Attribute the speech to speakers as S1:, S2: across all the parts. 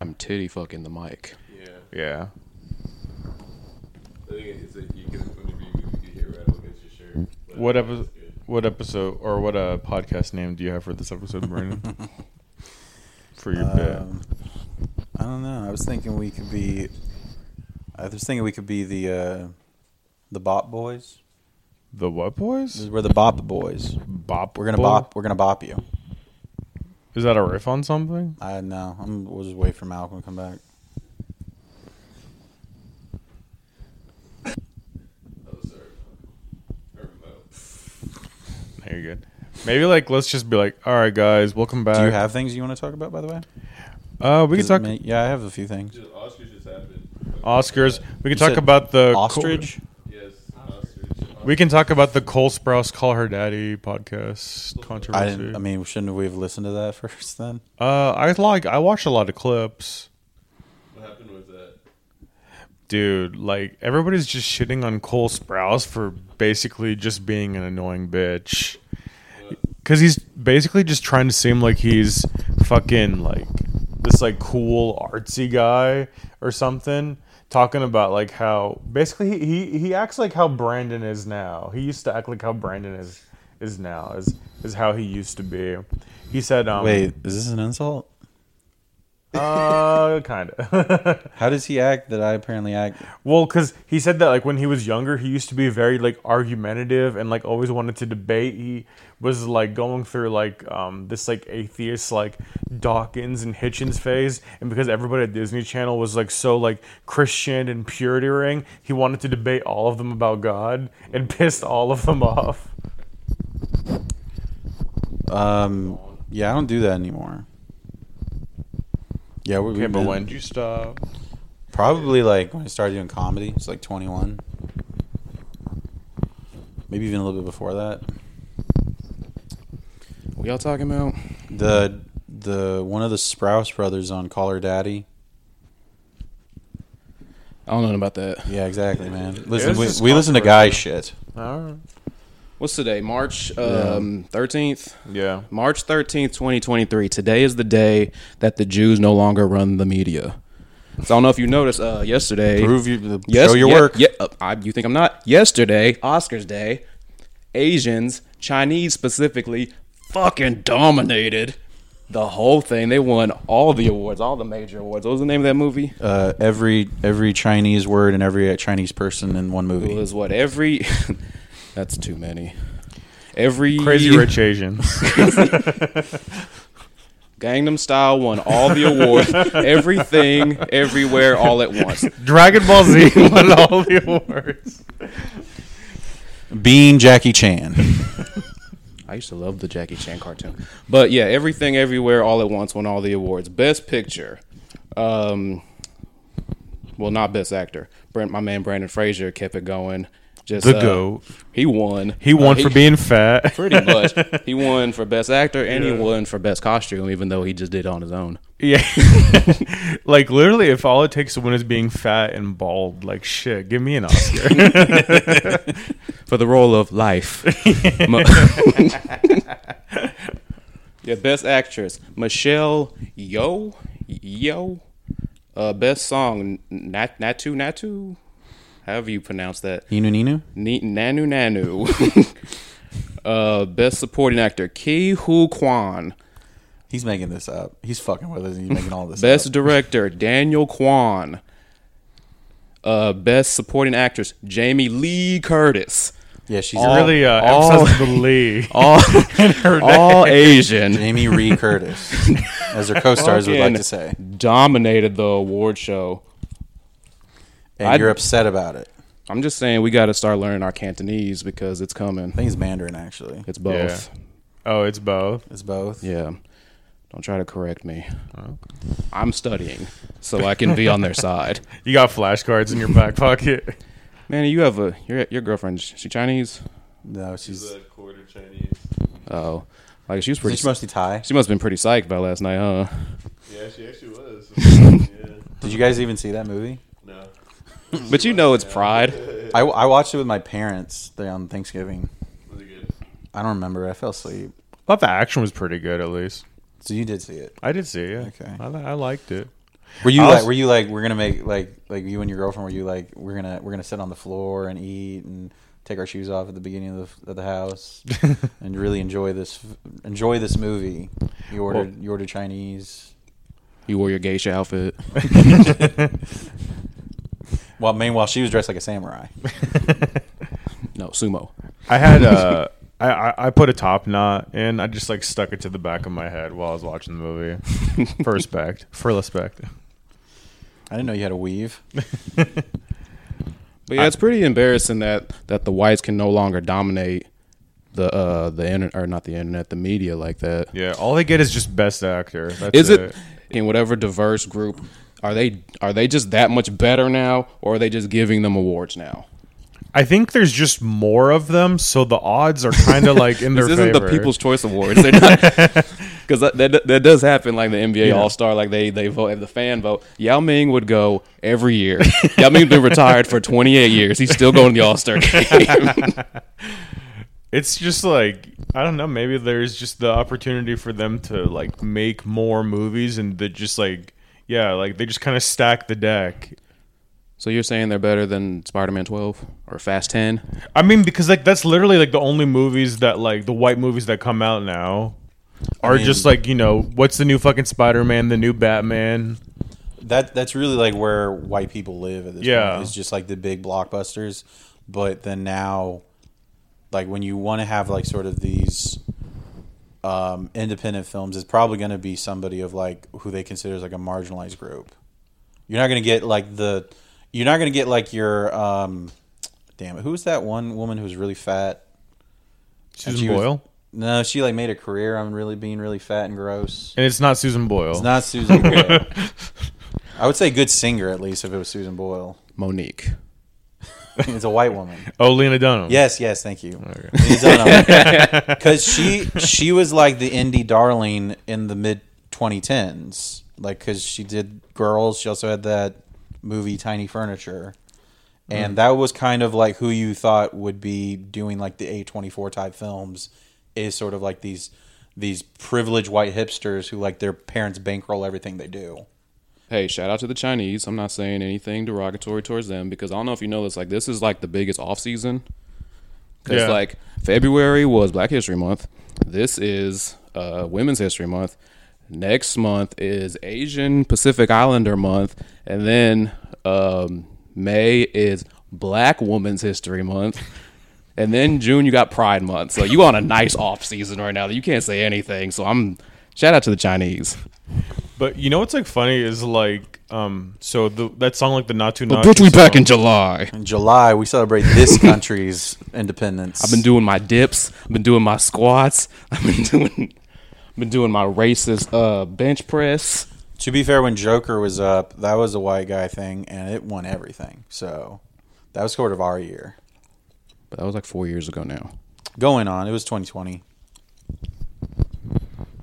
S1: I'm titty fucking the mic.
S2: Yeah.
S3: Yeah.
S2: I think it's like you can, whenever you, you can hear rattle against your shirt. But
S3: What
S2: that's
S3: episode?
S2: good.
S3: What episode or what uh, podcast name do you have for this episode, Brandon? for your
S4: Um, I don't know. I was thinking we could be. I was thinking we could be the uh, the Bop Boys.
S3: bit, the what
S4: This
S3: boys?
S4: is- We're the Bop Boys.
S3: Bop.
S4: We're gonna
S3: Boy?
S4: bop. We're gonna bop you.
S3: Is that a riff on something?
S4: I know. I'm. We'll just wait for Malcolm to come back.
S2: Oh, sorry. Or, oh.
S3: Very good. Maybe like let's just be like, all right, guys, welcome back.
S4: Do you have things you want to talk about? By the way,
S3: Uh, we can
S4: 'Cause
S3: talk
S4: may- yeah, I have a few things.
S2: Just, Oscars just happened.
S3: Oscars. We
S4: You
S3: can talk
S4: said
S3: about the Col-
S4: Ostrich.
S2: Yes, Oscars.
S3: we can talk about the Cole Sprouse "Call Her Daddy" podcast
S4: I
S3: controversy.
S4: didn't. I mean, shouldn't we have listened to that first then?
S3: uh, I like. I watch a lot of clips,
S2: What happened was that
S3: dude. Like everybody's just shitting on Cole Sprouse for basically just being an annoying bitch. Cause he's basically just trying to seem like he's fucking like this like cool artsy guy or something. Talking about like how basically he, he, he acts like how Brandon is now. He used to act like how Brandon is is now is is how he used to be. He said, um,
S4: Wait, is this an insult?
S3: uh, kind of."
S4: How does he act that I apparently act?
S3: Well, because he said that like when he was younger, he used to be very like argumentative and like always wanted to debate. He was like going through like um, this like atheist like Dawkins and Hitchens phase, and because everybody at Disney Channel was like so like Christian and purity ring, he wanted to debate all of them about God and pissed all of them off.
S4: Um, yeah, I don't do that anymore. Yeah, we, we've been-
S3: you stop?
S4: Probably like when I started doing comedy, it's like 21. Maybe even a little bit before that.
S1: What y'all talking about?
S4: The the one of the Sprouse brothers on Caller Daddy.
S1: I don't know about that.
S4: Yeah, exactly, man.
S3: It
S4: Listen,
S3: was
S4: we,
S3: just
S4: we listen to guy shit.
S1: What's today? March um, 13th?
S3: Yeah.
S1: March 13th, 2023. Today is the day that the Jews no longer run the media. So I don't know if you noticed uh, yesterday.
S4: Prove you,
S1: Yes,
S4: show your
S1: yeah,
S4: work.
S1: Yeah, uh, I, you think I'm not? Yesterday, Oscars Day, Asians, Chinese specifically, fucking dominated the whole thing. They won all the awards, all the major awards. What was the name of that movie?
S4: Uh, every every Chinese word and every uh, Chinese person in one
S1: It
S4: movie.
S1: was what every. that's too many. Every
S3: Crazy Rich Asians.
S1: Gangnam Style won all the awards, everything, everywhere, all at once.
S3: Dragon Ball Z won all the awards.
S4: Being Jackie Chan.
S1: I used to love the Jackie Chan cartoon. But yeah, everything everywhere all at once won all the awards. Best picture. Um well not best actor. Brent my man Brandon Fraser kept it going. Just
S3: The
S1: uh,
S3: GOAT.
S1: He won.
S3: He
S1: Uh,
S3: won for being fat.
S1: pretty much. he won for best actor and he won for best costume, even though he just did it on his own.
S3: Yeah. like literally if all it takes to win is being fat and bald, like shit, give me an Oscar.
S1: For the role of life. Mo- yeah, best actress. Michelle Yo Yo. Uh, best song Nat Natu Natu. However you pronounce that.
S4: Inu Ninu.
S1: Ni- Nanu Nanu. uh, best supporting actor Ki Hu Kwan.
S4: He's making this up. He's fucking with us. and He's making all this.
S1: Best
S4: up.
S1: director Daniel Kwan. Uh, best supporting actress Jamie Lee Curtis.
S4: Yeah, she's
S3: She really uh
S1: all-
S3: emphasizes the Lee.
S1: All,
S3: her
S1: all Asian.
S4: Jamie Ree Curtis, as her co-stars would like
S1: Fucking
S4: to say.
S1: dominated the award show.
S4: And
S1: I'd-
S4: you're upset about it.
S1: I'm just saying we got to start learning our Cantonese because it's
S4: I
S1: coming.
S4: think it's Mandarin actually.
S1: It's both.
S3: oh, it's both.
S4: It's both.
S1: Yeah. Don't try to correct me. I'm studying so I can be on their side.
S3: You got flashcards in your back pocket.
S1: Man, you have a your your girlfriend. She Chinese?
S4: No,
S2: he's
S4: she's
S2: a quarter Chinese.
S1: Oh, like she was pretty.
S4: she's mostly Thai.
S1: She must have been pretty psyched about last night, huh?
S2: Yeah, she actually was. yeah.
S4: Did you guys even see that movie?
S2: No.
S1: But you know it's pride.
S4: I, I watched it with my parents there on Thanksgiving.
S2: Was it good?
S4: I don't remember. I fell asleep.
S3: I thought the action was pretty good at least.
S4: So you did see it.
S3: I did see it.
S4: Okay.
S3: I, li- I liked it.
S4: Were you
S3: I
S4: like?
S3: also-
S4: Were you like? We're gonna make like like you and your girlfriend. Were you like? We're gonna we're gonna sit on the floor and eat and take our shoes off at the beginning of the, of the house and really enjoy this enjoy this movie. You ordered you ordered Chinese.
S1: You wore your geisha outfit.
S4: Well, meanwhile she was dressed like a samurai.
S1: No, sumo.
S3: I had uh, I- I I put a top knot in. I just like stuck it to the back of my head while I was watching the movie for respect. For respect.
S4: I didn't know you had a weave.
S1: But yeah, it's pretty embarrassing that that the whites can no longer dominate the uh the internet or not the internet, the media like that.
S3: Yeah, all they get is just best actor. That's
S1: Is it in whatever diverse group are they are they just that much better now or are they just giving them awards now?
S3: I think there's just more of them, so the odds are kind of like in their
S1: This isn't
S3: favor.
S1: the People's Choice Awards. They're not because that, that that does happen. Like the NBA All Star, like they they vote have the fan vote. Yao Ming would go every year. Yao Ming's been retired for 28 years. He's still going to the All Star game.
S3: It's just like I don't know. Maybe there's just the opportunity for them to like make more movies, and they just like yeah, like they just kind of stack the deck.
S1: so you're saying they're better than Spider Man 12 or Fast 10?
S3: I mean, because like that's literally like the only movies that like the white movies that come out now are
S4: mean-
S3: just like you know what's the new fucking Spider Man, the new Batman.
S4: That that's really like where white people live at this
S3: Yeah.
S4: point. It's just like the big blockbusters. But then now, like when you want to have like sort of these um, independent films, it's probably going to be somebody of like who they consider as like a marginalized group. You're not going to get like the, you're not going to get like your, um, damn it, who was that one woman who was really fat?
S3: Susan
S4: she was-
S3: Boyle,
S4: No, she like made a career on really being really fat and gross.
S3: and it's not Susan Boyle.
S4: It's not Susan Boyle. I would say good singer at least if it was Susan Boyle.
S1: Monique.
S4: It's a white woman.
S3: oh, Lena Dunham.
S4: Yes, yes, thank you. Because she she was like the indie darling in the mid 2010s. Like because she did Girls. She also had that movie Tiny Furniture, and that was kind of like who you thought would be doing like the A24 type films. Is sort of like these these privileged white hipsters who like their parents bankroll everything they do.
S1: Hey, shout out to the Chinese. I'm not saying anything derogatory towards them because I don't know if you know this. Like, this is like the biggest off season. Because
S3: Yeah.
S1: like February was Black History Month. This is uh, Women's History Month. Next month is Asian Pacific Islander Month, and then um, May is Black Woman's History Month. And then June, you got Pride Month, so you on a nice off season right now. You can't say anything. So I'm shout out to the Chinese.
S3: But you know what's like funny is like um so the that song like the not too
S1: But
S3: not
S1: bitch, we back
S3: song,
S1: in July.
S4: In July, we celebrate this country's independence.
S1: I've been doing my dips. I've been doing my squats. I've been doing, I've been doing my racist uh, bench press.
S4: To be fair, when Joker was up, that was a white guy thing, and it won everything. So that was sort of our year.
S1: But that was like four years ago now.
S4: Going on, it was 2020.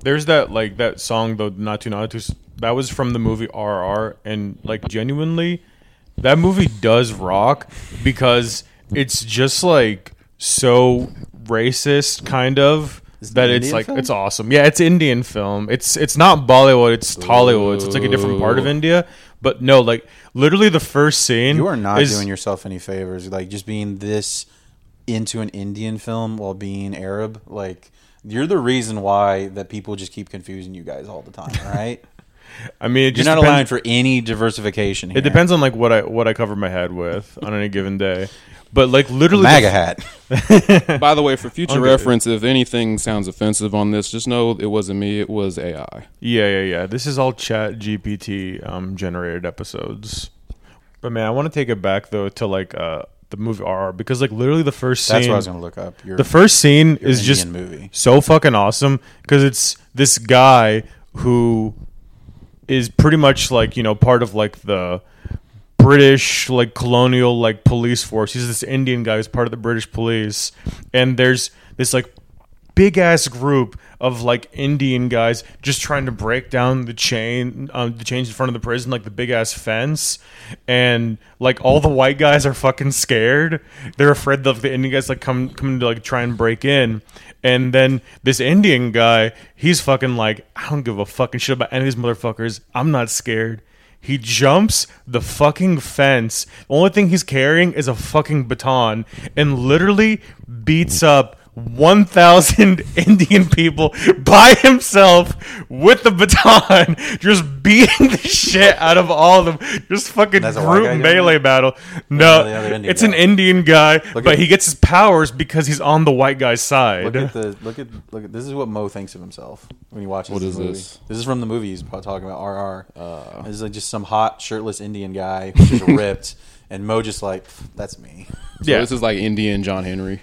S3: There's that like that song though not too not too s- that was from the movie RR and like genuinely that movie does rock because it's just like so racist kind of
S4: Is it
S3: that
S4: an
S3: it's
S4: Indian
S3: like
S4: film?
S3: it's awesome. Yeah, it's Indian film. It's it's not Bollywood, it's Tollywood. So it's like a different part of India, but no, like literally the first scene
S4: You are not
S3: is-
S4: doing yourself any favors. Like just being this into an Indian film while being Arab, like you're the reason why that people just keep confusing you guys all the time, right?
S3: I mean, it just
S4: you're not
S3: depends-
S4: allowing for any diversification. Here.
S3: It depends on like what I what I cover my head with on any given day. But like literally,
S4: MAGA hat.
S1: By the way, for future
S3: Under-
S1: reference, if anything sounds offensive on this, just know it wasn't me. It was AI.
S3: yeah, yeah, yeah. This is all Chat GPT um, generated episodes. But man, I want to take it back though to like uh, the movie RR because like literally the first scene.
S4: That's what I was going to look up. Your
S3: the first scene is
S4: Indian
S3: just
S4: movie.
S3: so fucking awesome because it's this guy who is pretty much like you know part of like the British like colonial like police force. He's this Indian guy who's part of the British police, and there's this like big ass group of like Indian guys just trying to break down the chain, um, the chains in front of the prison, like the big ass fence, and like all the white guys are fucking scared. They're afraid of the Indian guys like come coming to like try and break in, and then this Indian guy, he's fucking like, I don't give a fucking shit about any of these motherfuckers. I'm not scared. He jumps the fucking fence. The only thing he's carrying is a fucking baton and literally beats up 1,000 Indian people by himself with the baton, just beating the shit out of all of them. Just fucking
S4: That's a white guy
S3: group
S4: doing
S3: melee battle. No,
S4: the other Indian
S3: it's
S4: guy.
S3: an Indian guy,
S4: Look
S3: but
S4: at-
S3: he gets his powers because he's on the white guy's side.
S4: Look at the look at look at this is what Mo thinks of himself when he watches
S1: What
S4: this
S1: is
S4: movie.
S1: this? Oh.
S4: This is from the movie he's po- talking about. RR. this is like just some hot shirtless Indian guy who's just ripped, and Mo just like that's me.
S1: Yeah.
S3: Yeah.
S1: this is like Indian John Henry.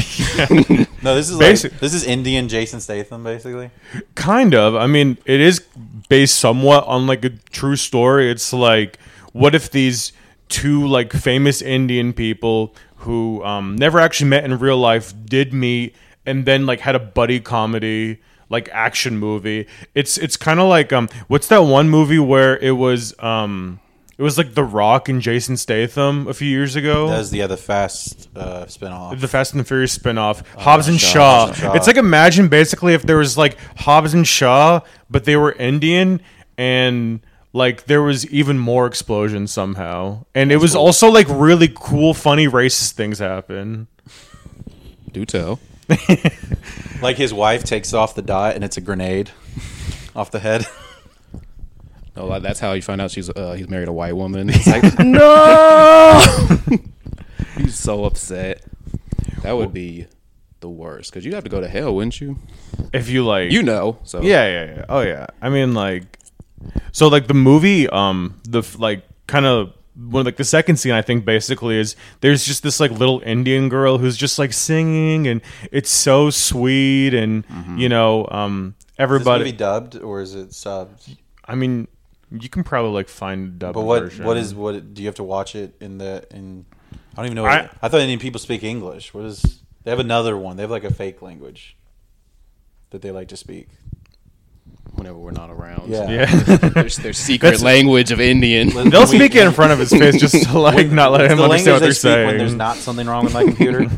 S4: No, this is
S3: Basi-
S4: like this is Indian Jason Statham basically.
S3: kind of i mean it is based somewhat on like a true story it's like what if these two like famous indian people who um, never actually met in real life did meet and then like had a buddy comedy like action movie it's it's kind of like um what's that one movie where it was um it was like the rock and jason statham a few years ago
S4: That is the other fast uh, spinoff.
S3: the Fast and the Furious spinoff, Hobbs and
S4: Shaw,
S3: Shaw.
S4: Hobbs and Oh, Shaw.
S3: It's like imagine basically if there was like Hobbs and Shaw, but they were Indian and like there was even more explosions somehow. And it was also like really cool, funny, racist things happen.
S1: Do tell.
S4: Like his wife takes off the dot and it's a grenade off the head.
S1: No, like, that's how you find out she's uh, he's married a white woman. It's like
S3: No
S1: he's so upset. That would be the worst because you'd have to go to hell, wouldn't you?
S3: If you like
S1: You know. So
S3: Yeah, yeah, yeah. Oh yeah. I mean like so like the movie um the f- like kind of one like the second scene I think basically is there's just this like little Indian girl who's just like singing and it's so sweet and you know um
S4: Is Mm-hmm. this
S3: everybody
S4: movie dubbed or is it subbed?
S3: I mean you can probably like find a dub
S4: But what
S3: version.
S4: what is what it- do you have to watch it in the in? I don't even know. What,
S3: I-
S4: I, thought Indian people speak English. What is they have another one? They have like a fake language that they like to speak.
S1: Whenever we're not around.
S4: Yeah.
S3: Yeah.
S1: There's their secret language of Indian.
S3: They'll
S4: We-
S3: speak it in front of his face just to like not let
S4: It's
S3: him
S4: the
S3: understand what they're
S4: language they speak
S3: saying.
S4: when there's not something wrong with my computer.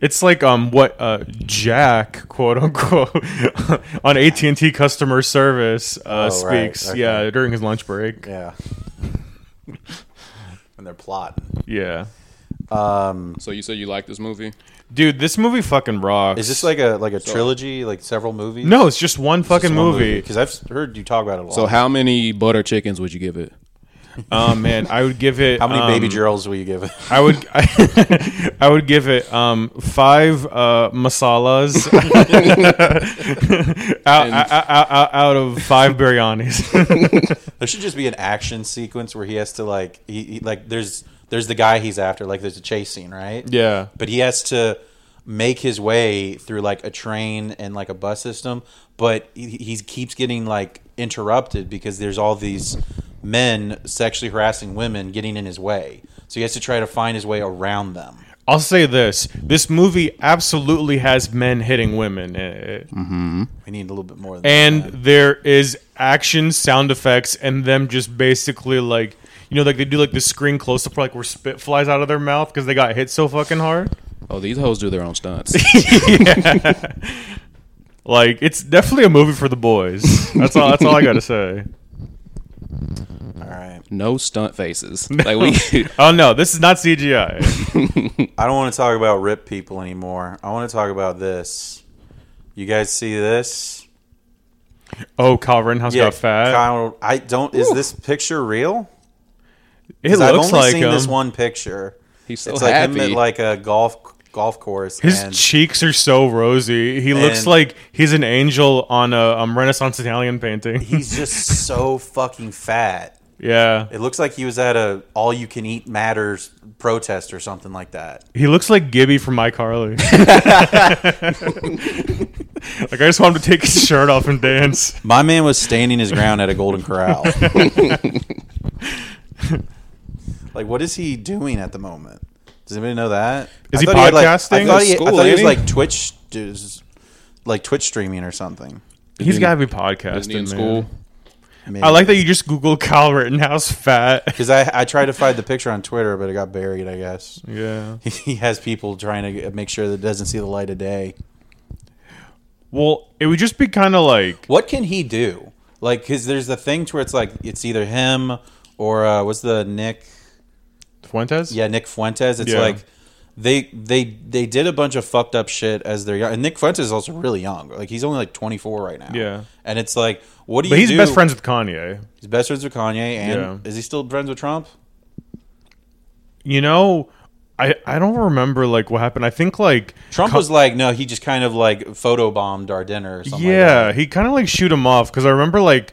S3: It's like um what uh Jack quote unquote on AT and T customer service uh,
S4: Oh, right.
S3: speaks
S4: Okay.
S3: yeah during his lunch break
S4: yeah, and they're plotting.
S3: yeah
S4: Um,
S1: So you said you like this movie?
S3: dude this movie fucking rocks
S4: is this like a like a trilogy, like several movies?
S3: no it's just one fucking movie,
S4: Because I've heard you talk about it a lot.
S1: So how many butter chickens would you give it?
S3: oh man I would give it
S4: how many baby
S3: um,
S4: girls will you give it?
S3: I would I, would give it um five uh masalas out, out, out, out, out of five biryanis
S4: There should just be an action sequence where he has to like he, he like there's there's the guy he's after like there's a chase scene right
S3: yeah
S4: but he has to make his way through like a train and like a bus system but he, he keeps getting like interrupted because there's all these men sexually harassing women getting in his way so he has to try to find his way around them
S3: I'll say this: this movie absolutely has men hitting women in it,
S4: Mm-hmm. we need a little bit more than
S3: and
S4: that.
S3: there is action, sound effects, and them just basically like you know, like they do like the screen close up, like where spit flies out of their mouth because they got hit so fucking hard.
S1: Oh, these hoes do their own stunts.
S3: Like it's definitely a movie for the boys. That's all. That's all I gotta say.
S4: all right
S1: no stunt faces. Like we
S3: Oh no, this is not CGI.
S4: I don't want to talk about rip people anymore. I want to talk about this. You guys see this?
S3: Oh, Kyle Rittenhouse got fat.
S4: Kyle, I don't. Is this picture real?
S3: it
S4: 'Cause
S3: looks
S4: I've only
S3: like
S4: seen
S3: him.
S4: this one picture.
S1: He's so
S4: it's like
S1: happy.
S4: him at like a golf golf course.
S3: His
S4: and
S3: cheeks are so rosy. He looks
S4: And-
S3: like he's an angel on a um, Renaissance Italian painting.
S4: he's just so fucking fat.
S3: yeah.
S4: It looks like he was at a all you can eat matters protest or something like that.
S3: He looks like Gibby from iCarly. like I just want him to take his shirt off and dance.
S4: My man was standing his ground at a Golden Corral. like, what is he doing at the moment? Does anybody know that?
S3: Is
S4: I
S3: he
S4: thought had, like-
S3: podcasting?
S4: I thought he, I
S1: School,
S4: thought he
S1: ain't
S4: was
S1: he?
S4: like Twitch, dudes- like Twitch streaming or something.
S3: He's
S1: he-
S3: got to be podcasting
S1: Disney in
S3: man.
S1: school.
S3: I like that you just Google Kyle Rittenhouse fat.
S4: because I, I tried to find the picture on Twitter, but it got buried. I guess
S3: Yeah.
S4: he has people trying to make sure that it doesn't see the light of day.
S3: Well, it would just be kind of like
S4: What can he do? Like, cause there's the thing to where it's like it's either him or uh, what's the Nick?
S3: Fuentes?
S4: Yeah, Nick Fuentes. It's
S3: Yeah.
S4: like they they they did a bunch of fucked up shit as they're young. And Nick Fuentes is also really young. Like he's only like 24 right now.
S3: Yeah.
S4: and it's like, what do
S3: But
S4: you
S3: he's
S4: do?
S3: best friends with Kanye.
S4: He's best friends with Kanye, and
S3: Yeah.
S4: is he still friends with Trump?
S3: You know, I I don't remember like what happened. I think like
S4: Trump
S3: Ka-
S4: was like, no, he just kind of like photobombed our dinner or something.
S3: yeah,
S4: like
S3: he kind of like shoot him off because I remember like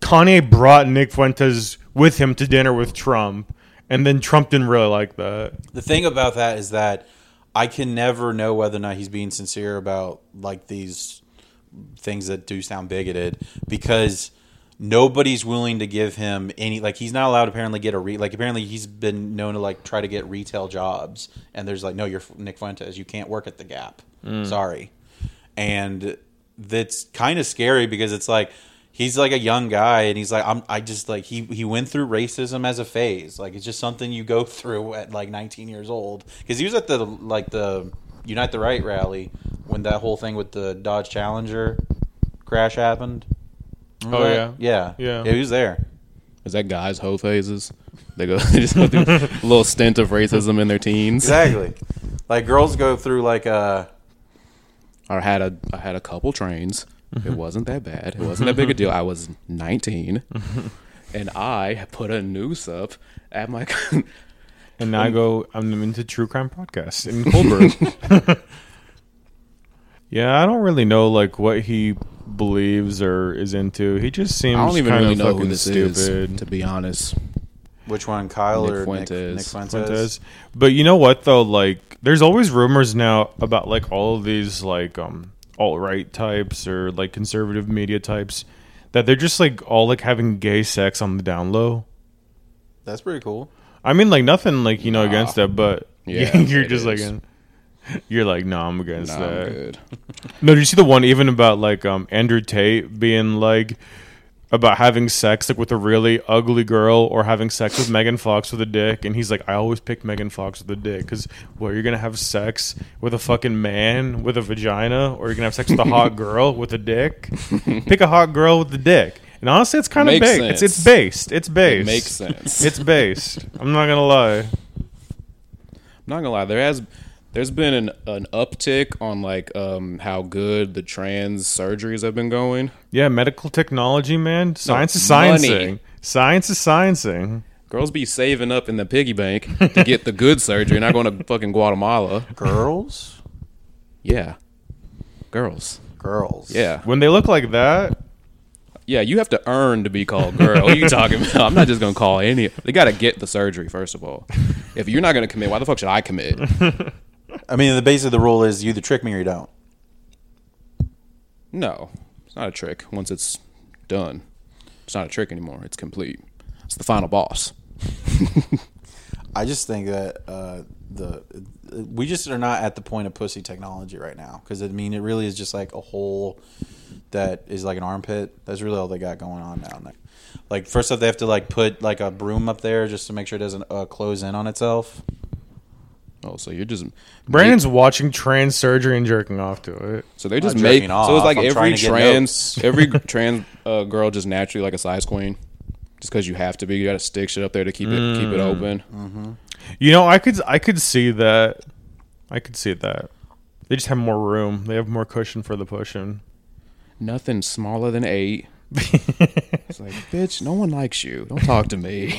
S3: Kanye brought Nick Fuentes with him to dinner with Trump, and then Trump didn't really like that.
S4: that. the thing about that is that I can never know whether or not he's being sincere about like these things that do sound bigoted because nobody's willing to give him any like he's not allowed to apparently get a re like apparently he's been known to like try to get retail jobs and there's like no you're Nick Fuentes you can't work at the Gap sorry and that's kind of scary because it's like he's like a young guy and he's like I'm I just like he he went through racism as a phase like it's just something you go through at like 19 years old because he was at the like the Unite the Right rally when that whole thing with the Dodge Challenger crash happened.
S3: Oh,
S4: that? yeah,
S3: Yeah.
S4: He was there.
S1: Is that guys hoe phases? They go they just go through a little stint of racism in their teens.
S4: Exactly. like girls go through like uh
S1: I had a I had a couple trains.
S3: Mm-hmm.
S1: It wasn't that bad. It wasn't that big a deal. I was 19, and I put a noose up at my.
S3: And now I go, I'm into true crime podcast in Colbert. yeah, I don't really know like what he believes or is into. He just seems
S1: I don't even
S3: kind
S1: really
S3: of
S1: know
S3: fucking
S1: who this
S3: stupid.
S1: is, to be honest.
S4: which one, Kyle
S1: Nick
S4: or
S1: Fuentes.
S4: Nick, Nick Fuentes?
S3: Fuentes. But you know what though? Like, there's always rumors now about like all of these like um alt right types or like conservative media types that they're just like all like having gay sex on the down low.
S4: That's pretty cool.
S3: I mean, like nothing like you know against that, but
S1: Yeah,
S3: you're
S1: it
S3: just like.
S1: is.
S3: You're like, no, I'm against
S1: Nah,
S3: that.
S1: I'm good.
S3: No, did you see the one even about like um Andrew Tate being like about having sex like with a really ugly girl or having sex with Megan Fox with a dick and he's like I always pick Megan Fox with a dick cuz well you're going to have sex with a fucking man with a vagina or you're going to have sex with a hot girl with a dick pick a hot girl with a dick and honestly it's kind of
S1: Makes
S3: big it's it's
S1: sense.
S3: based it's based
S1: makes sense.
S3: it's based I'm not going to lie
S1: I'm not gonna lie, there has there's been an, an uptick on like um, how good the trans surgeries have been going.
S3: yeah medical technology man science is
S1: money.
S3: sciencing science is sciencing
S1: Girls be saving up in the piggy bank to get the good surgery, not going to fucking Guatemala.
S4: Girls?
S1: Yeah, girls.
S4: Girls.
S1: Yeah,
S3: when they look like that
S1: yeah. You have to earn to be called girl. What are you talking about? I'm not just gonna call any. They got to get the surgery first of all. If you're not gonna commit, why the fuck should I commit?
S4: I mean, the base of the rule is you either trick me or you don't.
S1: No, it's not a trick. Once it's done, it's not a trick anymore. It's complete. It's the final boss.
S4: I just think that uh, the we just are not at the point of pussy technology right now because I mean it really is just like a hole that is like an armpit. That's really all they got going on now. Like, like first off, they have to like put like a broom up there just to make sure it doesn't uh, close in on itself.
S1: Oh, so you're just
S3: Brandon's watching trans surgery and jerking off to it.
S1: So they just
S4: jerking
S1: make so
S4: off.
S1: it's like
S4: I'm trying
S1: every
S4: to get
S1: trans
S4: notes.
S1: every g- trans uh, girl just naturally like a size queen, just because you have to be. You got to stick shit up there to keep it keep
S4: Mm.
S1: it open.
S3: You know, I could I could see that. I could see that. They just have more room. They have more cushion for the pushing.
S1: Nothing smaller than eight. It's like bitch, no one likes you. Don't talk to me.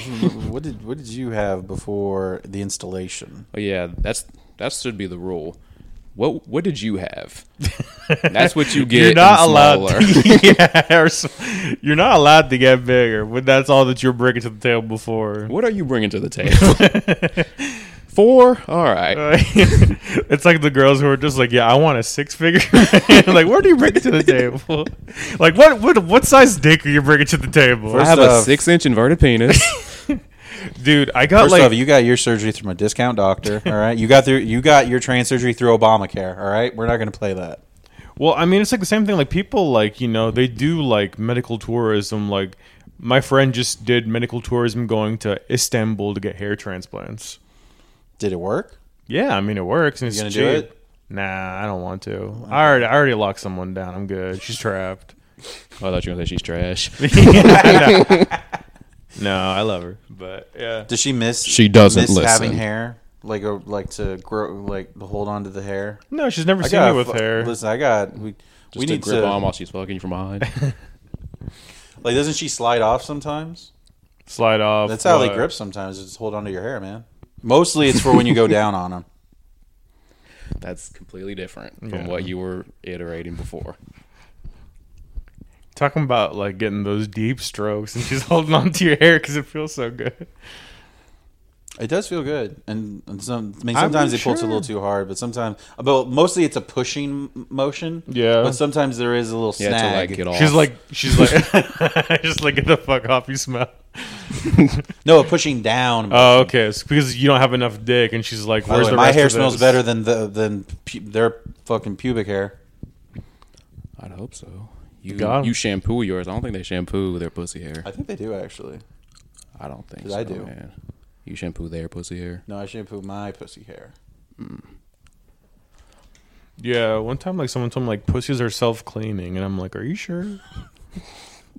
S4: what did what did you have before the installation?
S1: But yeah, that's that should be the rule. What what did you have? That's what you get.
S3: you're not
S1: and
S3: allowed.
S1: smaller.
S3: To, yeah, or s- you're not allowed to get bigger. But that's all that you're bringing to the table before.
S1: what are you bringing to the table? Four. All right.
S3: it's like the girls who are just like, "Yeah, I want a six figure." like, what do you bring to the table? like, what what what size dick are you bringing to the table,
S1: I
S4: First
S1: have a
S4: off-
S1: six inch inverted penis.
S3: dude? I got
S4: First
S3: like
S4: off, you got your surgery through a discount doctor. All right, you got through you got your trans surgery through Obamacare. All right, we're not going to play that.
S3: Well, I mean, it's like the same thing. Like people, like you know, they do like medical tourism. Like my friend just did medical tourism, going to Istanbul to get hair transplants.
S4: Did it work?
S3: Yeah, I mean, it works and it's
S4: gonna
S3: cheap.
S4: do it?
S3: Nah, I don't want to. I already, I already locked someone down. I'm good. She's trapped.
S5: Oh, I thought you were gonna say she's trash.
S3: No, I love her, but yeah.
S4: Does she miss?
S5: She doesn't
S4: miss having
S5: listen.
S4: hair, like a, like to grow, like to hold on to the hair.
S3: No, she's never seen
S4: got
S3: me with hair.
S4: Listen, I got we. we
S5: Just to
S4: need
S5: grip
S4: to
S5: on while she's fucking you from behind.
S4: like. Doesn't she slide off sometimes?
S3: Slide off.
S4: That's how they
S3: what?
S4: grip sometimes. Is just hold on to your hair, man. Mostly it's for when you go down on them.
S1: That's completely different from
S3: Yeah.
S1: what you were iterating before.
S3: Talking about like getting those deep strokes, and she's holding on to your hair because it feels so good.
S4: It does feel good, and, and some. I mean,
S3: I'm
S4: sometimes
S3: not
S4: they pull it a little
S3: sure.
S4: too hard, but sometimes, but mostly it's a pushing m- motion.
S3: Yeah.
S4: but sometimes there is a little
S1: Yeah,
S4: snag.
S1: to like get off.
S3: She's like, she's like, just like get the fuck off, you smell.
S4: no, a pushing down.
S3: Oh, okay. It's because you don't have enough dick, and she's like,
S4: By the
S3: "Where's
S4: way,
S3: the
S4: my
S3: rest
S4: hair
S3: of
S4: smells
S3: this?
S4: better than the than pu- their fucking pubic hair.
S1: I'd hope so. You
S3: Got 'em.
S1: you shampoo yours. I don't think they shampoo their pussy hair.
S4: I think they do actually.
S1: I don't think
S4: 'Cause
S1: so.
S4: I do.
S1: Man. You shampoo their pussy hair.
S4: No, I shampoo my pussy hair.
S3: Yeah. One time, like someone told me, like pussies are self cleaning, and I'm like, "Are you sure?"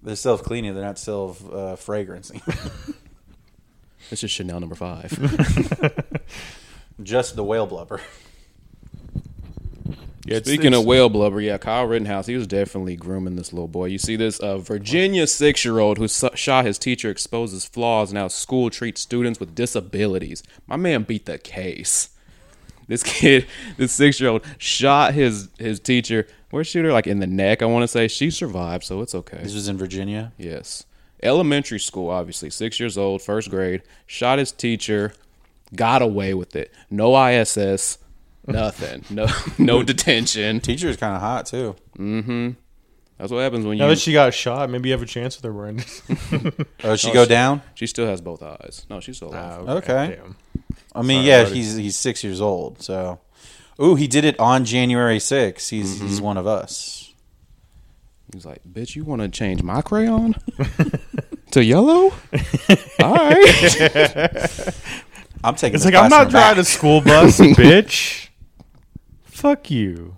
S4: They're self cleaning. They're not self uh, fragrancing.
S1: This is Chanel number five.
S4: Just the whale blubber.
S3: Yeah. it's-
S1: Speaking
S3: it's-
S1: of whale blubber, yeah, Kyle Rittenhouse, he was definitely grooming this little boy. You see this uh, Virginia six year old who su- shot his teacher exposes flaws in how school treats students with disabilities. My man beat the case. This kid, this six year old, shot his his teacher. Where shoot her? Like in the neck, I want to say. She survived, so it's okay.
S4: This was in Virginia.
S1: Yes. Elementary school, obviously, six years old, first grade, shot his teacher, got away with it. No ISS, nothing. No no detention.
S4: Teacher's kind of hot too.
S1: That's what happens when
S3: now
S1: you
S3: that she got shot, maybe you have a chance with her wearing.
S4: Oh, she go down.
S1: she still has both eyes. No, she's still alive.
S4: Ah, Okay.
S3: Damn.
S4: I mean,
S3: Sorry,
S4: yeah,
S3: buddy.
S4: he's he's six years old. So, ooh, he did it on January 6th. He's he's one of us.
S1: He's like, bitch, you wanna change my crayon to yellow? Alright.
S4: I'm taking.
S3: It's
S4: this
S3: like I'm not
S4: classroom back.
S3: driving a school bus, bitch. Fuck you.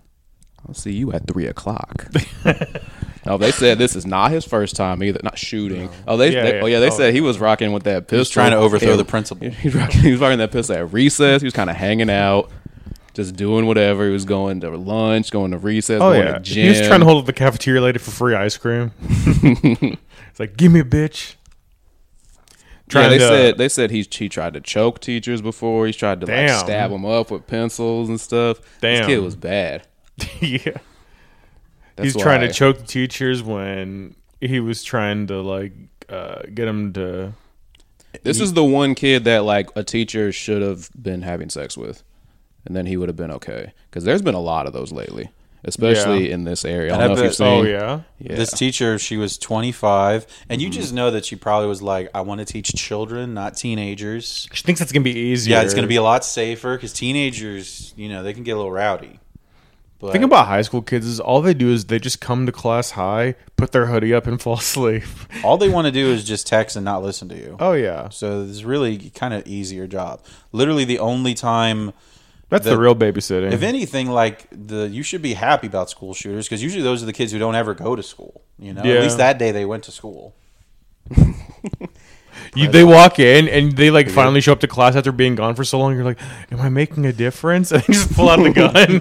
S1: I'll see you at three o'clock. No, they said this is not his first time either. Not shooting. Oh, they,
S3: Yeah,
S1: they-
S3: yeah.
S1: oh yeah, they
S3: Oh.
S1: said he was rocking with that pistol,
S4: trying to overthrow
S1: Yeah.
S4: the principal.
S1: He was rocking, he was rocking that pistol at recess. He was kind of hanging out, just doing whatever. He was going to lunch, going to recess,
S3: Oh
S1: going
S3: yeah,
S1: to gym.
S3: he was trying to hold up the cafeteria lady for free ice cream. it's like, give me a bitch.
S1: yeah,
S3: Trying
S1: they
S3: to-
S1: said they said he he tried to choke teachers before. He's tried to like
S3: Damn.
S1: stab them up with pencils and stuff.
S3: Damn.
S1: This kid was bad.
S3: yeah,
S1: That's
S3: he's trying
S1: why-
S3: to choke the teachers when he was trying to like uh, get him to.
S1: This is the one kid that like a teacher should have been having sex with, and then he would have been okay. Because there's been a lot of those lately, especially in this area. I
S4: I
S1: don't know if
S4: bet-
S1: you've seen.
S3: Oh yeah,
S1: Yeah.
S4: This teacher, she was 25, and you just know that she probably was like, "I want to teach children, not teenagers."
S3: she thinks it's gonna be easier.
S4: Yeah, it's going to be a lot safer because teenagers, you know, they can get a little rowdy. But
S3: Think about high school kids is all they do is they just come to class high, put their hoodie up, and fall asleep.
S4: all they want to do is just text and not listen to you.
S3: Oh yeah,
S4: So it's really kind of easier job. Literally, the only time,
S3: that's the,
S4: The-
S3: real babysitting.
S4: if anything, like the you should be happy about school shooters because usually those are the kids who don't ever go to school. You know,
S3: Yeah.
S4: at least that day they went to school.
S3: You, they walk in and they like finally show up to class after being gone for so long. You're like, "Am I making a difference?" And they just pull out the gun.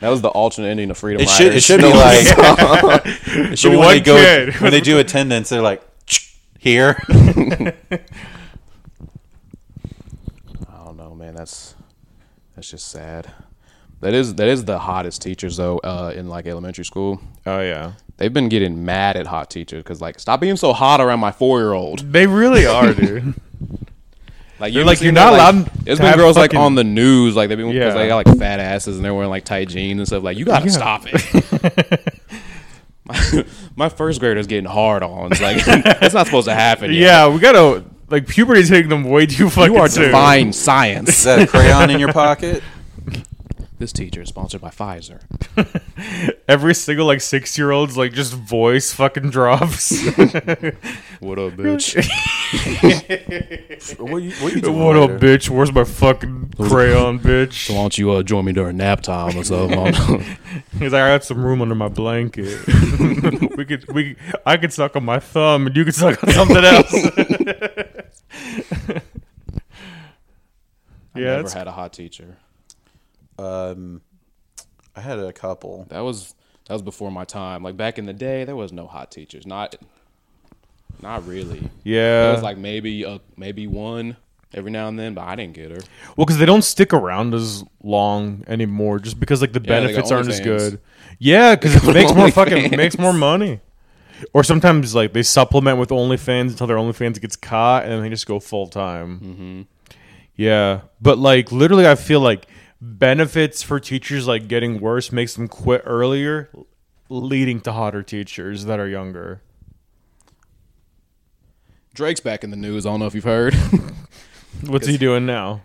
S1: that was the alternate ending of Freedom.
S4: It should it
S1: Riders.
S4: should be like it should
S3: The
S4: be when
S3: one
S4: they go
S3: kid.
S4: when they do attendance, they're like here.
S1: I don't know, man. That's that's just sad. That is that is the hottest teachers though uh, in like elementary school.
S3: oh yeah,
S1: They've been getting mad at hot teachers because like stop being so hot around my four year old.
S3: they really are, dude.
S1: Like you
S3: like,
S1: seen
S3: "You're
S1: that,
S3: not
S1: like-
S3: allowed
S1: It's
S3: to
S1: been
S3: have
S1: girls
S3: fucking-
S1: like on the news like they've been
S3: Yeah.
S1: because they got like fat asses and they're wearing like tight jeans and stuff. Like you gotta
S3: Yeah.
S1: stop it. my, my first grader's getting hard on. It's like that's not supposed to happen. yet.
S3: yeah, we gotta like puberty's hitting them way too fucking
S1: you are
S3: soon.
S1: defying
S4: Is
S1: science.
S4: that a crayon in your pocket?
S1: this teacher is sponsored by Pfizer.
S3: Every single like six year old's like just voice fucking drops.
S1: What up, bitch?
S4: What you, what you doing
S3: what up,
S4: later?
S3: bitch? Where's my fucking crayon,
S5: Why
S3: bitch?
S5: don't you uh, join me during nap time or something? I don't know.
S3: He's like, I got some room under my blanket. we could, we, I could suck on my thumb, and you could suck on something else. yeah,
S1: Never
S3: it's-
S1: had a hot teacher.
S4: Um, I had a couple.
S1: That was that was before my time. Like back in the day, there was no hot teachers. Not not really.
S3: yeah.
S1: There was like maybe a, maybe one every now and then, but I didn't get her.
S3: Well, because they don't stick around as long anymore, just because like the
S1: Yeah, they
S3: benefits
S1: got
S3: aren't as
S1: OnlyFans.
S3: good. Yeah, because it makes more fucking
S1: OnlyFans.
S3: makes more money. Or sometimes like they supplement with OnlyFans until their OnlyFans gets caught, and then they just go full time. Mm-hmm. Yeah, but like literally, I feel like benefits for teachers like getting worse makes them quit earlier, leading to hotter teachers that are younger.
S1: Drake's back in the news. I don't know if you've heard.
S3: What's he doing now?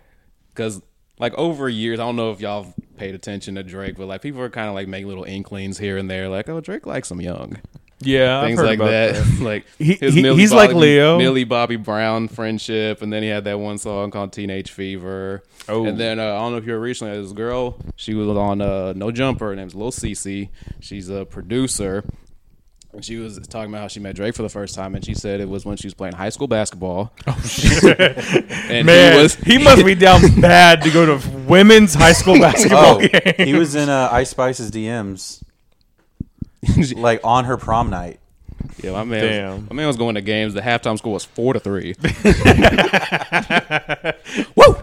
S1: because like over years, I don't know if y'all have paid attention to Drake, but like people are kind of like making little inklings here and there, like oh Drake likes some young
S3: Yeah,
S1: things like that. like
S3: He- he- he's
S1: Bobby-
S3: like Leo.
S1: Millie Bobby Brown friendship, and then he had that one song called Teenage Fever.
S3: Oh.
S1: and then uh, I don't know if you were recently this girl. She was on uh, No Jumper. Her name's Lil Cece. She's a producer. And she was talking about how she met Drake for the first time, and she said it was when she was playing high school basketball. Oh shit! and
S3: Man,
S1: he was
S3: he must be down bad to go to women's high school basketball
S4: Oh,
S3: game.
S4: he was in uh, Ice Spice's DMs, like on her prom night.
S1: Yeah, my man.
S3: Damn.
S1: Was, my man was going to games. The halftime score was four to three. Woo!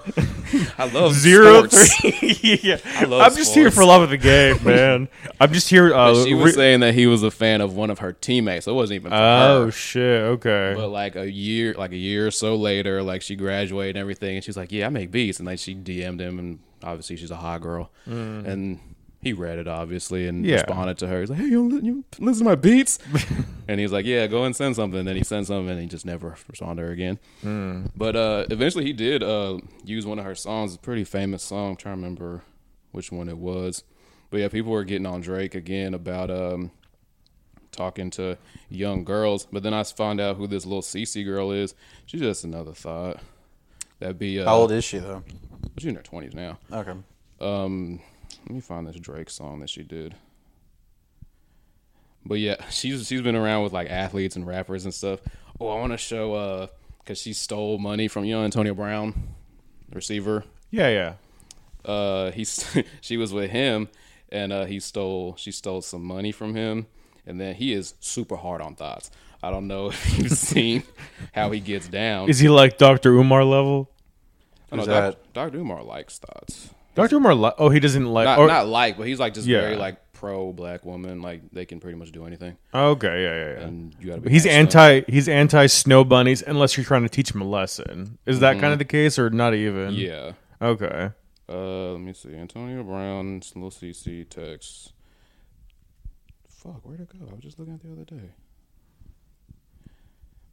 S1: I love
S3: Zero
S1: sports.
S3: three. yeah. I
S1: love
S3: am just here
S1: sports.
S3: for love of the game, man. I'm just here. Uh,
S1: She was
S3: re-
S1: saying that he was a fan of one of her teammates. So it wasn't even for
S3: oh
S1: her.
S3: shit. Okay.
S1: But like a year, like a year or so later, like she graduated and everything, and she's like, "Yeah, I make beats." And then she DM'd him, and obviously she's a hot girl, and he read it obviously and
S3: Mm. Yeah.
S1: responded to her. He's like, "Hey, you, li- you listen to my beats?" and he's like, "Yeah, go and send something." And then he sent something, and he just never responded to her again.
S3: Mm.
S1: But uh, eventually, he did uh, use one of her songs. It's a pretty famous song. I'm trying to remember which one it was. But yeah, people were getting on Drake again about um, talking to young girls. But then I find out who this little Cece girl is. She's just another thought. That'd be uh,
S4: How old is she though?
S1: She's in her twenties now.
S4: Okay,
S1: Um, let me find this Drake song that she did. But yeah, she's she's been around with like athletes and rappers and stuff. Oh, I want to show uh, cause she stole money from you know Antonio Brown, receiver
S3: yeah, yeah.
S1: uh, he st- she was with him, and uh, he stole she stole some money from him, and then he is super hard on thoughts. I don't know if you've seen how he gets down.
S3: Is he like Dr. Umar level?
S1: I know
S4: Who's
S1: Doc- Dr. Umar likes thoughts,
S3: Dr. Umar. Li- oh, he doesn't like.
S1: not
S3: or-
S1: not like, but he's like just
S3: Yeah.
S1: very like pro black woman. Like they can pretty much do anything,
S3: okay. Yeah, yeah, yeah.
S1: and you gotta be.
S3: He's
S1: nice to them.
S3: anti. He's anti snow bunnies unless you're trying to teach him a lesson. Is that kind of the case or not even?
S1: Mm-hmm. Yeah.
S3: Okay.
S1: Uh, let me see. Antonio Brown, Lil CC text. Fuck, where'd it go? I was just looking at it the other day.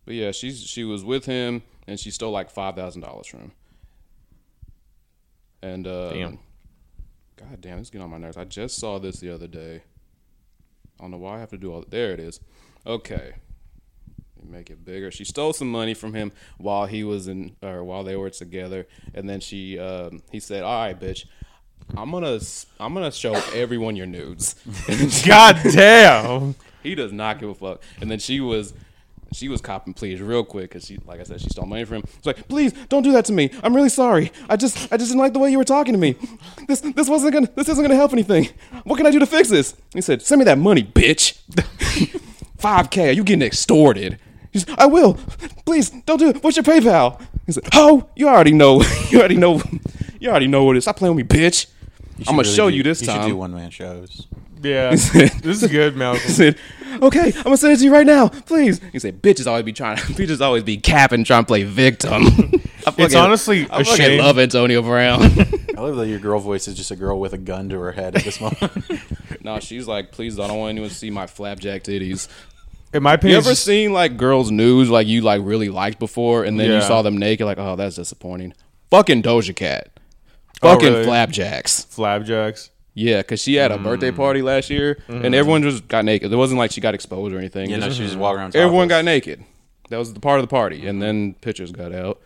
S1: But yeah, she's she was with him and she stole like five thousand dollars from him. And uh
S3: Damn.
S1: God damn, this is getting on my nerves. I just saw this the other day. I don't know why I have to do all there it is. Okay. Let me Make it bigger. She stole some money from him while he was in, or while they were together, and then she, um, he said, "All right, bitch, I'm gonna, s- I'm gonna show everyone your nudes." And she-
S3: God damn.
S1: he does not give a fuck. And then she was, she was copping pleas real quick because she, like I said, she stole money from him. She's like, please don't do that to me. I'm really sorry. I just, I just didn't like the way you were talking to me. This, this wasn't gonna, this isn't gonna help anything. What can I do to fix this? He said, send me that money, bitch. Five k. You getting extorted? He said, I will. Please don't do it. What's your PayPal? He said, oh, you already know. You already know. You already know what it is. Stop playing with me, bitch. I'm gonna
S4: Really
S1: show
S4: do-
S1: you this
S4: you
S1: time.
S4: Should do one man shows.
S3: Yeah. this is good,
S1: He
S3: Malcolm.
S1: said, "Okay, I'm gonna send it to you right now, please." He said, "Bitches always be trying. Bitches always be capping, trying to play victim." I
S3: It's
S1: fucking-
S3: honestly
S1: I
S3: a
S1: fucking
S3: shame.
S1: love Antonio Brown.
S4: I love that your girl voice is just a girl with a gun to her head at this moment.
S1: no, she's like, "Please, I don't want anyone to see my flapjack titties."
S3: In my
S1: You
S3: opinion,
S1: ever
S3: it's just-
S1: seen like girls' news like you like really liked before, and then
S3: Yeah.
S1: you saw them naked, like, "Oh, that's disappointing." Fucking Doja Cat, fucking
S3: Oh, really?
S1: flapjacks.
S3: flapjacks.
S1: Yeah, because she had a
S3: Mm.
S1: birthday party last year, and everyone just got naked. It wasn't like she got exposed or anything.
S4: You
S1: Just-
S4: know, she was walking around.
S1: everyone
S4: topless.
S1: got naked. That was the part of the party, and then pictures got out.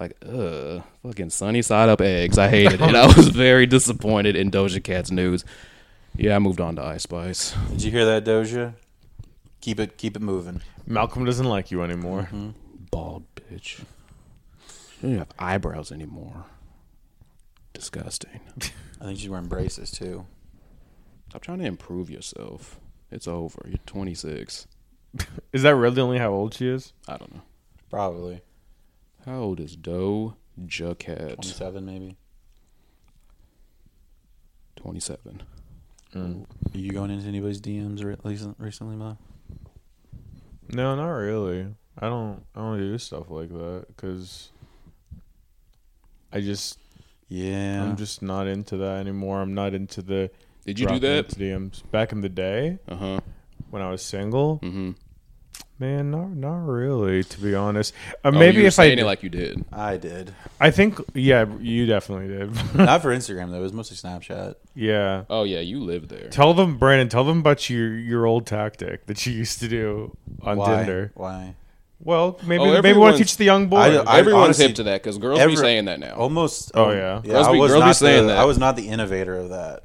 S1: Like, uh, fucking sunny side up eggs. I hated it. I was very disappointed in Doja Cat's news. Yeah, I moved on to Ice Spice.
S4: Did you hear that, Doja? Keep it, keep it moving.
S3: Malcolm doesn't like you anymore.
S4: Mm-hmm.
S1: Bald bitch. She don't even have eyebrows anymore. Disgusting.
S4: I think she's wearing braces too.
S1: Stop trying to improve yourself. It's over. You're 26.
S3: Is that really only how old she is?
S1: I don't know.
S4: Probably
S1: How old is Doja Cat?
S4: twenty-seven, maybe.
S1: 27.
S4: Are you going into anybody's DMs re- recent- recently, Mo?
S3: No, not really. I don't. I don't do stuff like that because I just.
S4: Yeah.
S3: I'm just not into that anymore. I'm not into the.
S1: Did you do
S3: dropping
S1: that?
S3: into DMs back in the day
S1: Uh huh.
S3: when I was single.
S1: Mhm.
S3: Man, not not really. To be honest, uh, maybe if I
S1: saying it like Oh, you did.
S4: I did.
S3: I think yeah, you definitely did.
S4: Not for Instagram though. It was mostly Snapchat.
S3: yeah.
S1: Oh yeah, you lived there.
S3: Tell them, Brandon. Tell them about your your old tactic that you used to do on
S4: Why?
S3: Tinder.
S4: Why?
S3: Well, maybe
S1: Oh,
S3: maybe want
S1: everyone's-
S3: to teach the young boy.
S4: I-
S1: Everyone's
S4: honestly-
S1: hip to that because girls
S4: every-
S1: be saying that now.
S4: Almost. um,
S3: Oh, yeah.
S4: yeah
S1: Girls
S4: I
S1: be-
S4: was
S1: girls be
S4: not
S1: saying
S4: the,
S1: that.
S4: I was not the innovator of that.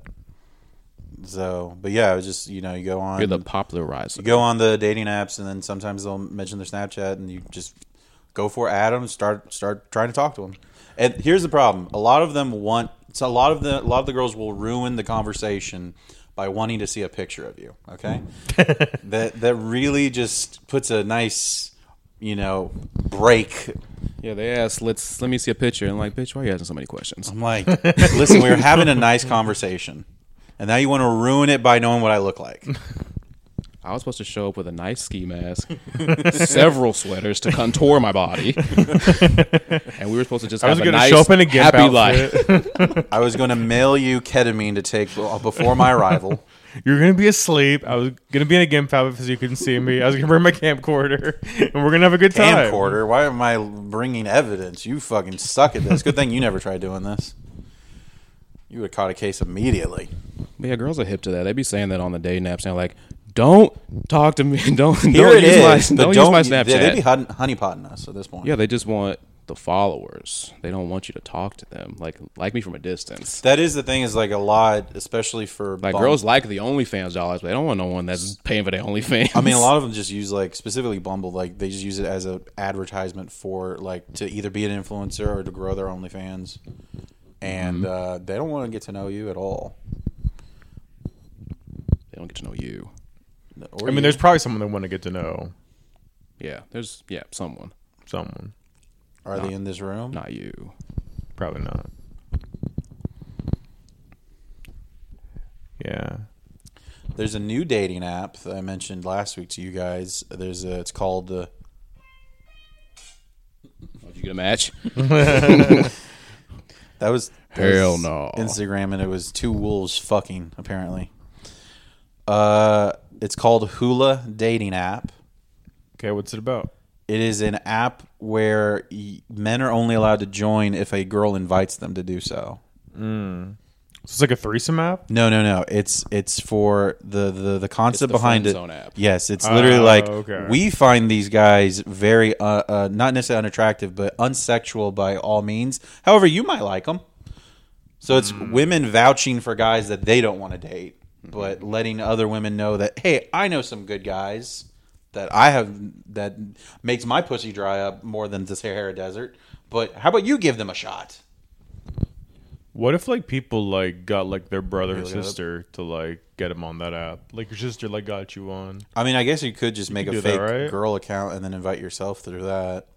S4: So, but yeah, it was just you know you go on
S1: You're the popularizer.
S4: you go on the dating apps and then sometimes they'll mention their Snapchat and you just go for Adam start start trying to talk to them. And here's the problem: a lot of them want so a lot of the a lot of the girls will ruin the conversation by wanting to see a picture of you. Okay, that that really just puts a nice you know break.
S1: yeah, they asked, "Let's let me see a picture," and like, bitch, why are you asking so many questions?
S4: I'm like, listen, we were having a nice conversation. And now you want to ruin it by knowing what I look like.
S1: I was supposed to show up with a nice ski mask, several sweaters to contour my body, and we were supposed to just
S3: I was
S1: have a
S3: going
S1: nice,
S3: to show up in a gimp
S1: happy life.
S3: outfit.
S4: I was going to mail you ketamine to take before my arrival.
S3: You're going to be asleep. I was going to be in a gimp outfit because you couldn't see me. I was going to bring my camcorder, and we're going to have a good time.
S4: camcorder. Why am I bringing evidence? You fucking suck at this. Good thing you never tried doing this. You would have caught a case immediately.
S1: But yeah, girls are hip to that. They be saying that on the day naps. Now, like, don't talk to me. Don't
S4: Here
S1: don't
S4: it
S1: use
S4: is.
S1: my
S4: but
S1: don't, use my Snapchat.
S4: They, they be hun- honeypotting us at this point.
S1: yeah, they just want the followers. They don't want you to talk to them. Like, like me from a distance.
S4: That is the thing. Is like a lot, especially for
S1: Like
S4: bum-
S1: girls like the OnlyFans dollars, but they don't want no one that's paying for their OnlyFans.
S4: I mean, a lot of them just use like specifically Bumble. Like they just use it as an advertisement for like to either be an influencer or to grow their OnlyFans, and
S3: Mm-hmm.
S4: uh, they don't want to get to know you at all.
S1: they don't get to know you.
S4: Or
S3: I mean,
S4: you.
S3: there's probably someone they want to get to know.
S1: Yeah, there's yeah someone,
S3: Someone.
S4: are they in this room?
S1: not you.
S3: Probably not. Yeah.
S4: There's a new dating app that I mentioned last week to you guys. There's a, it's called uh,
S1: Oh, did you get a match?
S4: that was that
S1: Hell
S4: was
S1: no.
S4: Instagram and it was two wolves fucking apparently. Uh, it's called Hula dating app.
S3: Okay, what's it about?
S4: It is an app where y- men are only allowed to join if a girl invites them to do so.
S3: So it's like a threesome app?
S4: No, no, no. It's it's for the the, the concept
S1: the
S4: behind
S1: friend
S4: it.
S1: zone app.
S4: Yes, it's literally
S3: Oh,
S4: like
S3: okay.
S4: we find these guys very uh, uh, not necessarily unattractive, but unsexual by all means. However, you might like them. So it's
S1: Hmm.
S4: women vouching for guys that they don't want to date, but
S1: Hmm.
S4: letting other women know that hey, I know some good guys that I have that makes my pussy dry up more than the Sahara Desert. But how about you give them a shot?
S3: What if like people like got like their brother or
S4: Really got it?
S3: sister to like get them on that app? Like your sister like got you on.
S4: I mean, I guess you could just make
S3: could
S4: a
S3: do that,
S4: fake
S3: right?
S4: girl account and then invite yourself through that.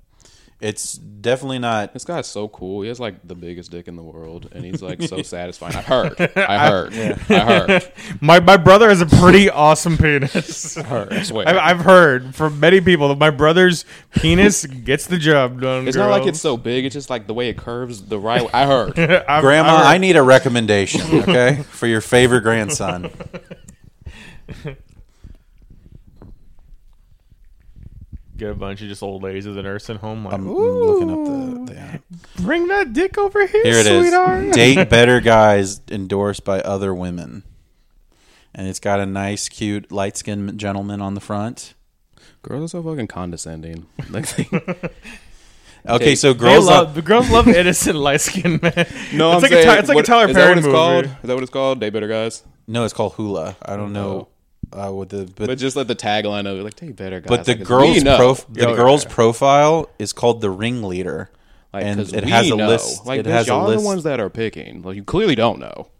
S4: It's definitely not.
S1: This guy's so cool. He has like the biggest dick in the world, and he's like so satisfying. I heard. I heard. I heard.
S3: My my brother has a pretty awesome penis.
S1: I heard. I swear.
S3: I've, I've heard from many people that my brother's penis gets the job done.
S1: it's not like it's so big. It's just like the way it curves the right. way. I heard.
S3: i
S4: Grandma, I need a recommendation, okay, for your favorite grandson.
S3: get a bunch of just old ladies at the nursing home. Like,
S4: I'm
S3: "Ooh,
S4: looking up the, the app.
S3: Bring that dick over here,
S4: Here it is.
S3: sweetheart.
S4: Date better guys endorsed by other women. And it's got a nice, cute, light skinned gentleman on the front.
S1: Girls are so fucking condescending. Like,
S4: Okay,
S1: Date.
S4: so
S3: They
S4: girls
S3: love, the girls love innocent light skinned men.
S1: no,
S3: it's
S1: I'm
S3: like
S1: saying,
S3: a, Ty- it's like
S1: what-
S3: a Tyler
S1: is
S3: Perry
S1: that what it's
S3: movie.
S1: called? Is that what it's called? Day better guys.
S4: No, it's called hula. I don't know uh, what the but,
S1: But just like the tagline of it, like day better guys.
S4: but the
S1: like, 'cause we
S4: girl's
S1: know.
S4: prof- the
S3: Yeah.
S4: girl's profile is called the ringleader,
S1: Like,
S4: and
S1: 'cause
S4: it
S1: we
S4: has a
S1: know.
S4: list.
S1: Like
S4: it
S1: bitch,
S4: has a
S1: y'all are
S4: list.
S1: the ones that are picking. Like you clearly don't know.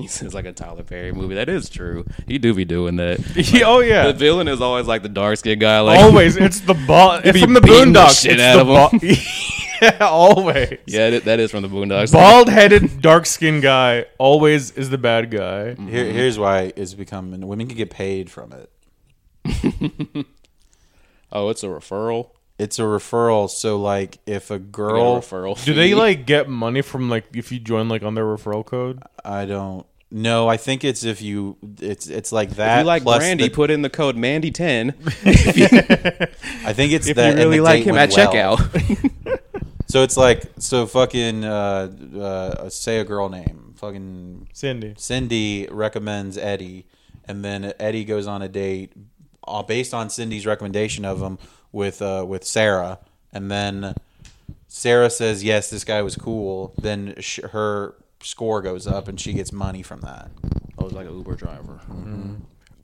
S1: He says like a Tyler Perry movie. That is true. He do be doing that.
S3: Yeah, oh yeah,
S1: The villain is always like the dark skinned guy. Like
S3: always. It's the boss. It's
S1: be
S3: from the
S1: beating the
S3: Boondocks.
S1: shit
S3: it's
S1: out
S3: the
S1: of
S3: bo- yeah, always.
S1: yeah, that- that is from the Boondocks.
S3: Bald headed, dark skinned guy always is the bad guy.
S4: Here, here's why it's becoming women can get paid from it.
S1: Oh, it's a referral.
S4: It's a referral, so like if a
S1: Get a
S4: girl,
S1: referral.
S3: Do
S4: Mm-hmm.
S3: they
S1: fee.
S3: like get money from like if you join like on their referral code?
S4: I don't. No, I think it's if you. It's it's like
S1: If
S4: that.
S1: you like
S4: plus
S1: Brandy?
S4: the-
S1: put in the code Mandy ten.
S4: I think it's
S1: If
S4: that.
S1: you
S4: and
S1: really
S4: the
S1: like
S4: date
S1: him at
S4: went well.
S1: checkout,
S4: So it's like so fucking uh, uh, say a girl name fucking
S3: Cindy.
S4: Cindy recommends Eddie, and then Eddie goes on a date uh, based on Cindy's recommendation of him with uh, with Sarah, and then Sarah says yes, this guy was cool. Then sh- her score goes up, and she gets money from that.
S1: I was like an Uber driver.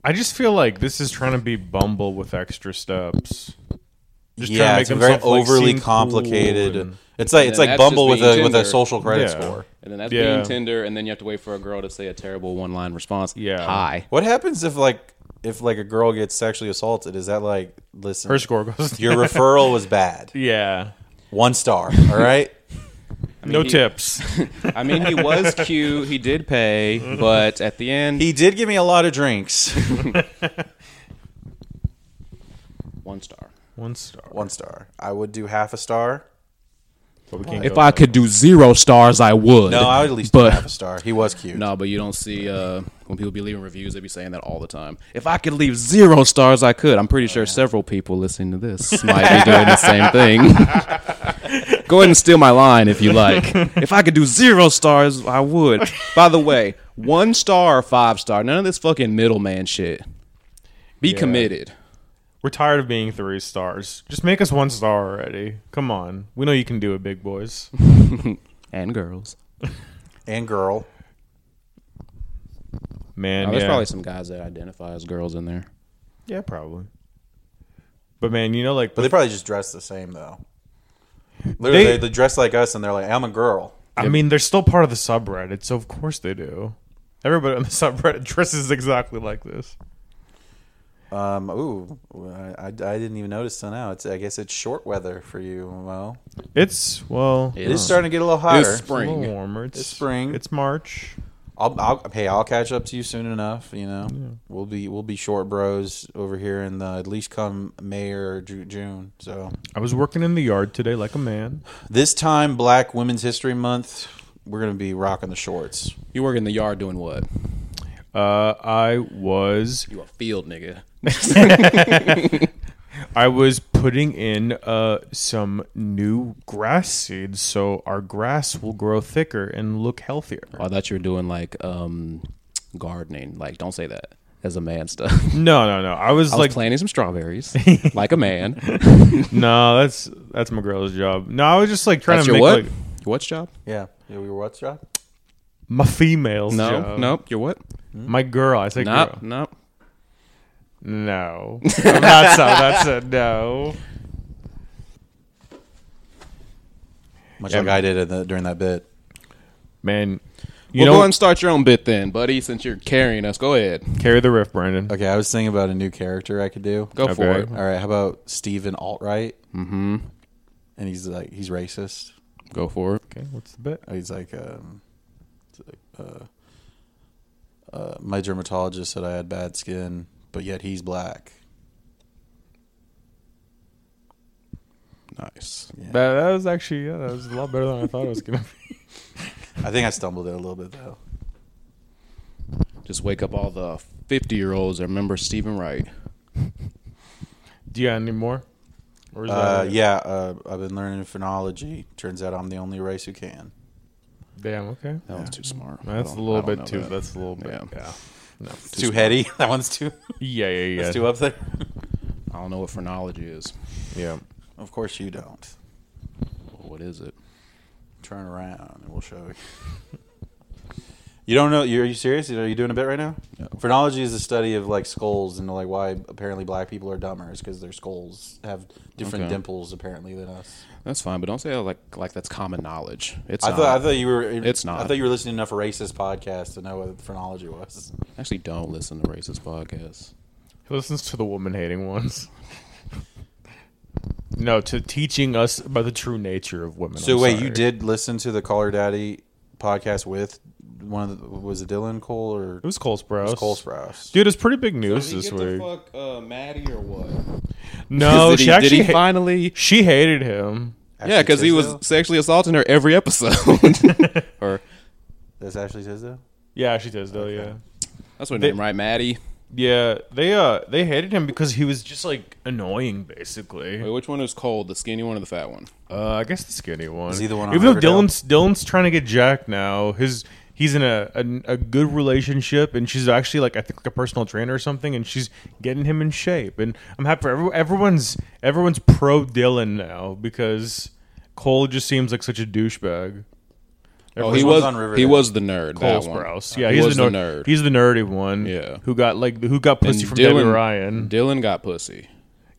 S3: I just feel like this is trying to be Bumble with extra steps. Just trying to
S4: yeah,
S3: make
S4: it's very
S3: themselves, like,
S4: overly
S3: seem cool
S4: complicated.
S3: and-
S4: it's like it's
S1: then
S4: like
S1: that's
S4: Bumble
S1: just
S4: with a
S1: being
S4: with a
S1: Tinder.
S4: social credit
S3: Yeah.
S4: score.
S1: And then that's
S3: Yeah.
S1: being Tinder, and then you have to wait for a girl to say a terrible one line response.
S3: Yeah.
S1: Hi.
S4: What happens if like if like a girl gets sexually assaulted? Is that like listen?
S3: Her score goes.
S4: your referral was bad.
S3: yeah.
S4: One star. All right.
S3: no
S1: he-
S3: tips.
S1: I mean, he was cute. He did pay, but at the end,
S4: He did give me a lot of drinks.
S1: one star.
S3: One star.
S4: One star. I would do half a star.
S3: But we can't
S5: If
S3: go
S5: I could do zero stars, I would.
S4: No, I would at least do
S5: But-
S4: half a star. He was cute.
S1: No, but you don't see uh, when people be leaving reviews, they be saying that all the time. If I could leave zero stars, I could. I'm pretty sure several people listening to this might be doing the same thing. Go ahead and steal my line if you like. If I could do zero stars, I would. By the way, one star or five star, none of this fucking middleman shit. Be committed.
S3: We're tired of being three stars. Just make us one star already. Come on. We know you can do it, big boys.
S1: And girls.
S4: And girl.
S1: Now,
S3: Man, yeah.
S1: Oh, there's probably some guys that identify as girls in there.
S3: yeah, probably. But man, you know, like
S4: But they probably just dress the same though. Literally,
S3: They-
S4: they, they dress like us, and they're like, "I'm a girl."
S3: I mean, they're still part of the subreddit, so of course they do. Everybody on the subreddit dresses exactly like this.
S4: Um. Ooh, I, I, I didn't even notice till now. It's I guess it's short weather for you. Well,
S3: It's well,
S4: it is starting to get a little hotter.
S1: It's
S3: a little
S1: spring.
S3: warmer. It's,
S4: It's spring.
S3: It's March.
S4: I'll, I'll hey, I'll catch up to you soon enough. You know, we'll be we'll be short bros over here in the at least come May or Ju- June. So
S3: I was working in the yard today like a man.
S4: this time, Black Women's History Month, we're gonna be rocking the shorts.
S1: You work in the yard doing what?
S3: Uh, I was
S1: You a field nigga.
S3: I was putting in uh some new grass seeds, so our grass will grow thicker and look healthier.
S1: Oh, I thought you were doing like um gardening. Like, don't say that as a man stuff.
S3: No, no, no. I was
S1: I was
S3: like,
S1: planting some strawberries like a man.
S3: no, that's that's my girl's job. No, I was just like trying
S1: That's
S3: to
S1: your
S3: make
S1: what?
S3: like
S1: your what job?
S4: Yeah, yeah, we were what's up?
S3: my female's
S1: No,
S3: job.
S1: nope. Your what?
S3: my girl. I say
S1: Nope,
S3: girl.
S1: nope.
S3: No, that's a, that's a no.
S4: Much like I did in the, during that bit.
S3: Man, you
S1: You well,
S3: know,
S1: go and start your own bit then, buddy. Since you're carrying us, go ahead,
S3: carry the riff, Brandon.
S4: Okay, I was thinking about a new character I could do.
S1: go for it.
S3: Okay.
S4: All right, how about Steven Altright? Mm-hmm. And he's like he's racist.
S1: Go for it.
S3: Okay, what's the bit?
S4: He's like, um, uh, uh, my dermatologist said I had bad skin, but yet he's black.
S1: Nice.
S3: That, that was actually yeah, that was a lot better than I thought it was gonna be.
S4: I think I stumbled it a little bit though.
S1: Just wake up all the fifty year olds. Remember Stephen Wright.
S3: Do you got any more? Or is
S4: Uh,
S3: that-
S4: yeah, uh, I've been learning phonology. Turns out I'm the only race who can.
S3: Damn. Okay.
S1: That one's too smart. I
S3: That's a
S1: don't- I
S3: little
S1: don't
S3: bit
S1: know
S3: too.
S1: that.
S3: That's a little bit.
S1: Yeah.
S3: Yeah. Yeah. No.
S4: too heady. That one's too.
S3: Yeah. Yeah. Yeah.
S4: That's too up there.
S1: I don't know what phrenology is.
S3: yeah.
S4: of course you don't.
S1: What is it?
S4: Turn around and we'll show you. You don't know? you- Are you serious? Are you doing a bit right now?
S1: No.
S4: Phrenology is the study of like skulls and like why apparently black people are dumber is because their skulls have different
S1: Okay.
S4: dimples apparently than us.
S1: That's fine, but don't say that like like that's common knowledge. It's
S4: I
S1: not.
S4: thought I thought you were.
S1: It's not.
S4: I thought you were listening to enough racist podcasts to know what phrenology was.
S1: Actually, don't listen to racist podcasts.
S3: He listens to the woman hating ones. no, to teaching us about the true nature of women.
S4: So
S3: I'm
S4: wait,
S3: sorry.
S4: you did listen to the Caller Daddy podcast with one of the, was it Dylan Cole or
S3: It was Cole Sprouse.
S4: it was Cole Sprouse?
S3: Dude, it's pretty big news this week.
S1: fuck uh, Maddie or what?
S3: No,
S1: did
S3: she
S1: he, did
S3: actually
S1: he
S3: ha-
S1: finally?
S3: she hated him.
S4: Ashley
S1: Yeah, because he was
S4: Tisdale?
S1: sexually assaulting her every episode. or
S4: That's Ashley Tisdale.
S3: Yeah, she does though. Yeah,
S1: that's her
S3: They-
S1: name, right? Maddie.
S3: yeah. They uh they hated him because he was just like annoying,
S1: Wait,
S3: basically.
S1: which one is cold? The skinny one or the fat one?
S3: Uh, I guess the skinny one.
S4: Is he the one on
S3: Even though
S4: Riverdale?
S3: Dylan's Dylan's trying to get Jack now. His he's in a, a a good relationship, and she's actually like I think like a personal trainer or something, and she's getting him in shape. And I'm happy for every, everyone's everyone's pro Dylan now because Cole just seems like such a douchebag.
S1: Oh, he
S4: Which one's
S1: was
S4: on Riverdale?
S1: he was the nerd.
S3: Cole
S1: that one.
S3: Sprouse. Yeah,
S1: he
S3: he's
S1: was
S3: the,
S1: the
S3: nerd.
S1: nerd.
S3: He's the nerdy one.
S1: Yeah.
S3: who got like who got pussy
S1: And
S3: from Debbie Ryan.
S1: Dylan Mm-hmm. got pussy.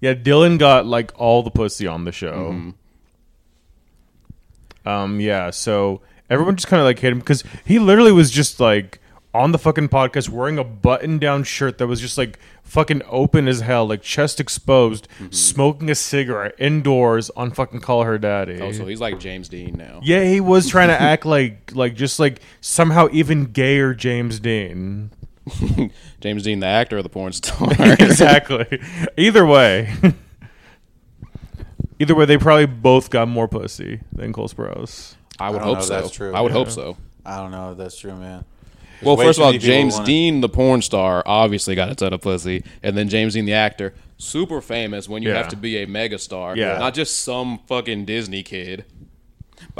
S3: Yeah, Dylan got like all the pussy on the show.
S1: Mm-hmm.
S3: Um, yeah. So everyone just kind of like hit him because he literally was just like on the fucking podcast wearing a button-down shirt that was just like fucking open as hell, like chest exposed,
S1: Mm-hmm.
S3: smoking a cigarette indoors on fucking Call Her Daddy.
S1: Oh, so he's like James Dean now.
S3: Yeah, he was trying to act like like just like somehow even gayer James Dean.
S1: James Dean, the actor or the porn star.
S3: exactly. Either way. Either way, they probably both got more pussy than Cole Sprouse.
S1: I would
S4: I don't
S1: hope
S4: know if
S1: so.
S4: that's true.
S1: I would
S4: Yeah.
S1: hope so.
S4: I don't know if that's true, man.
S1: Well,
S4: way
S1: first
S4: too
S1: of all,
S4: many people
S1: James
S4: wanna-
S1: Dean, the porn star, obviously got a ton of pussy, and then James Dean, the actor, super famous when you
S3: Yeah.
S1: have to be a megastar,
S3: Yeah.
S1: not just some fucking Disney kid.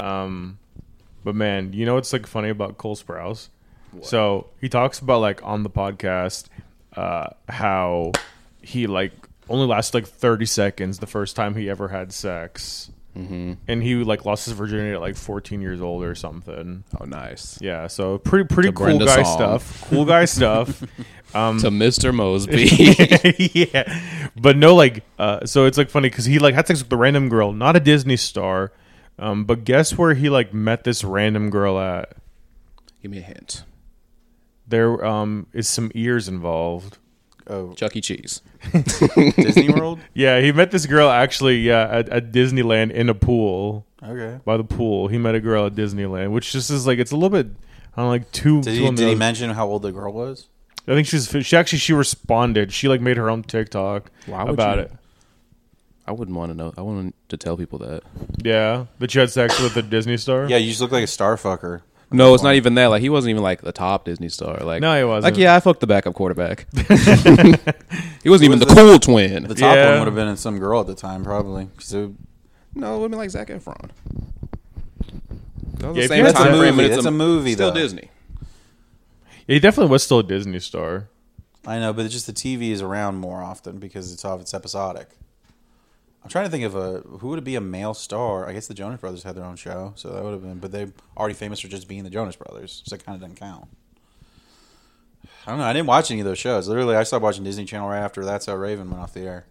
S3: But man, you know what's like funny about Cole Sprouse? So he talks about like on the podcast uh, how he like only lasted like 30 seconds the first time he ever had sex.
S1: Mm-hmm.
S3: And he like lost his virginity at like 14 years old or something.
S1: Oh, nice
S3: Yeah, so pretty pretty cool
S1: Brenda
S3: guy
S1: song.
S3: stuff. Cool guy stuff.
S1: to Mr. Mosby.
S3: yeah, but no, like, uh, so it's like funny because he like had sex with the random girl, not a Disney star, um, but guess where he like met this random girl at?
S1: Give me a hint.
S3: There um is some ears involved.
S4: Oh,
S1: Chuck E. Cheese.
S4: Disney World.
S3: Yeah, he met this girl actually, yeah, at, at Disneyland in a pool
S4: Okay.
S3: by the pool. He met a girl at Disneyland, which just is like it's a little bit, I don't know, like too.
S4: Did
S3: too
S4: he
S3: on the
S4: did he
S3: nose.
S4: mention how old the girl was?
S3: I think she's she actually she responded. She like made her own TikTok
S1: Why would
S3: about
S1: you-
S3: it.
S1: I wouldn't want to know. I want to tell people that.
S3: Yeah, that you had sex with a Disney star.
S4: Yeah, you just look like a star fucker.
S1: No, it's not even that. Like he wasn't even like the top Disney star. Like
S3: No, he wasn't.
S1: Like yeah, I fucked the backup quarterback. he wasn't even
S4: was
S1: the,
S4: the-
S1: cool twin.
S4: The top
S3: Yeah.
S4: one would have been some girl at the time, probably. 'cause it-
S1: no, it would be like Zac Efron. That was
S3: Yeah,
S1: the
S3: if
S1: same
S3: you had
S1: time
S3: some-
S1: frame, but
S4: That's a movie,
S1: Still
S4: though.
S1: Disney.
S3: He definitely was still a Disney star.
S4: I know, but it's just the TV is around more often because it's off. It's episodic. I'm trying to think of a who would it be a male star? I guess the Jonas Brothers had their own show, so that would have been. But they already famous for just being the Jonas Brothers, so it kind of doesn't count. I don't know. I didn't watch any of those shows. Literally, I stopped watching Disney Channel right after That's How Raven went off the air.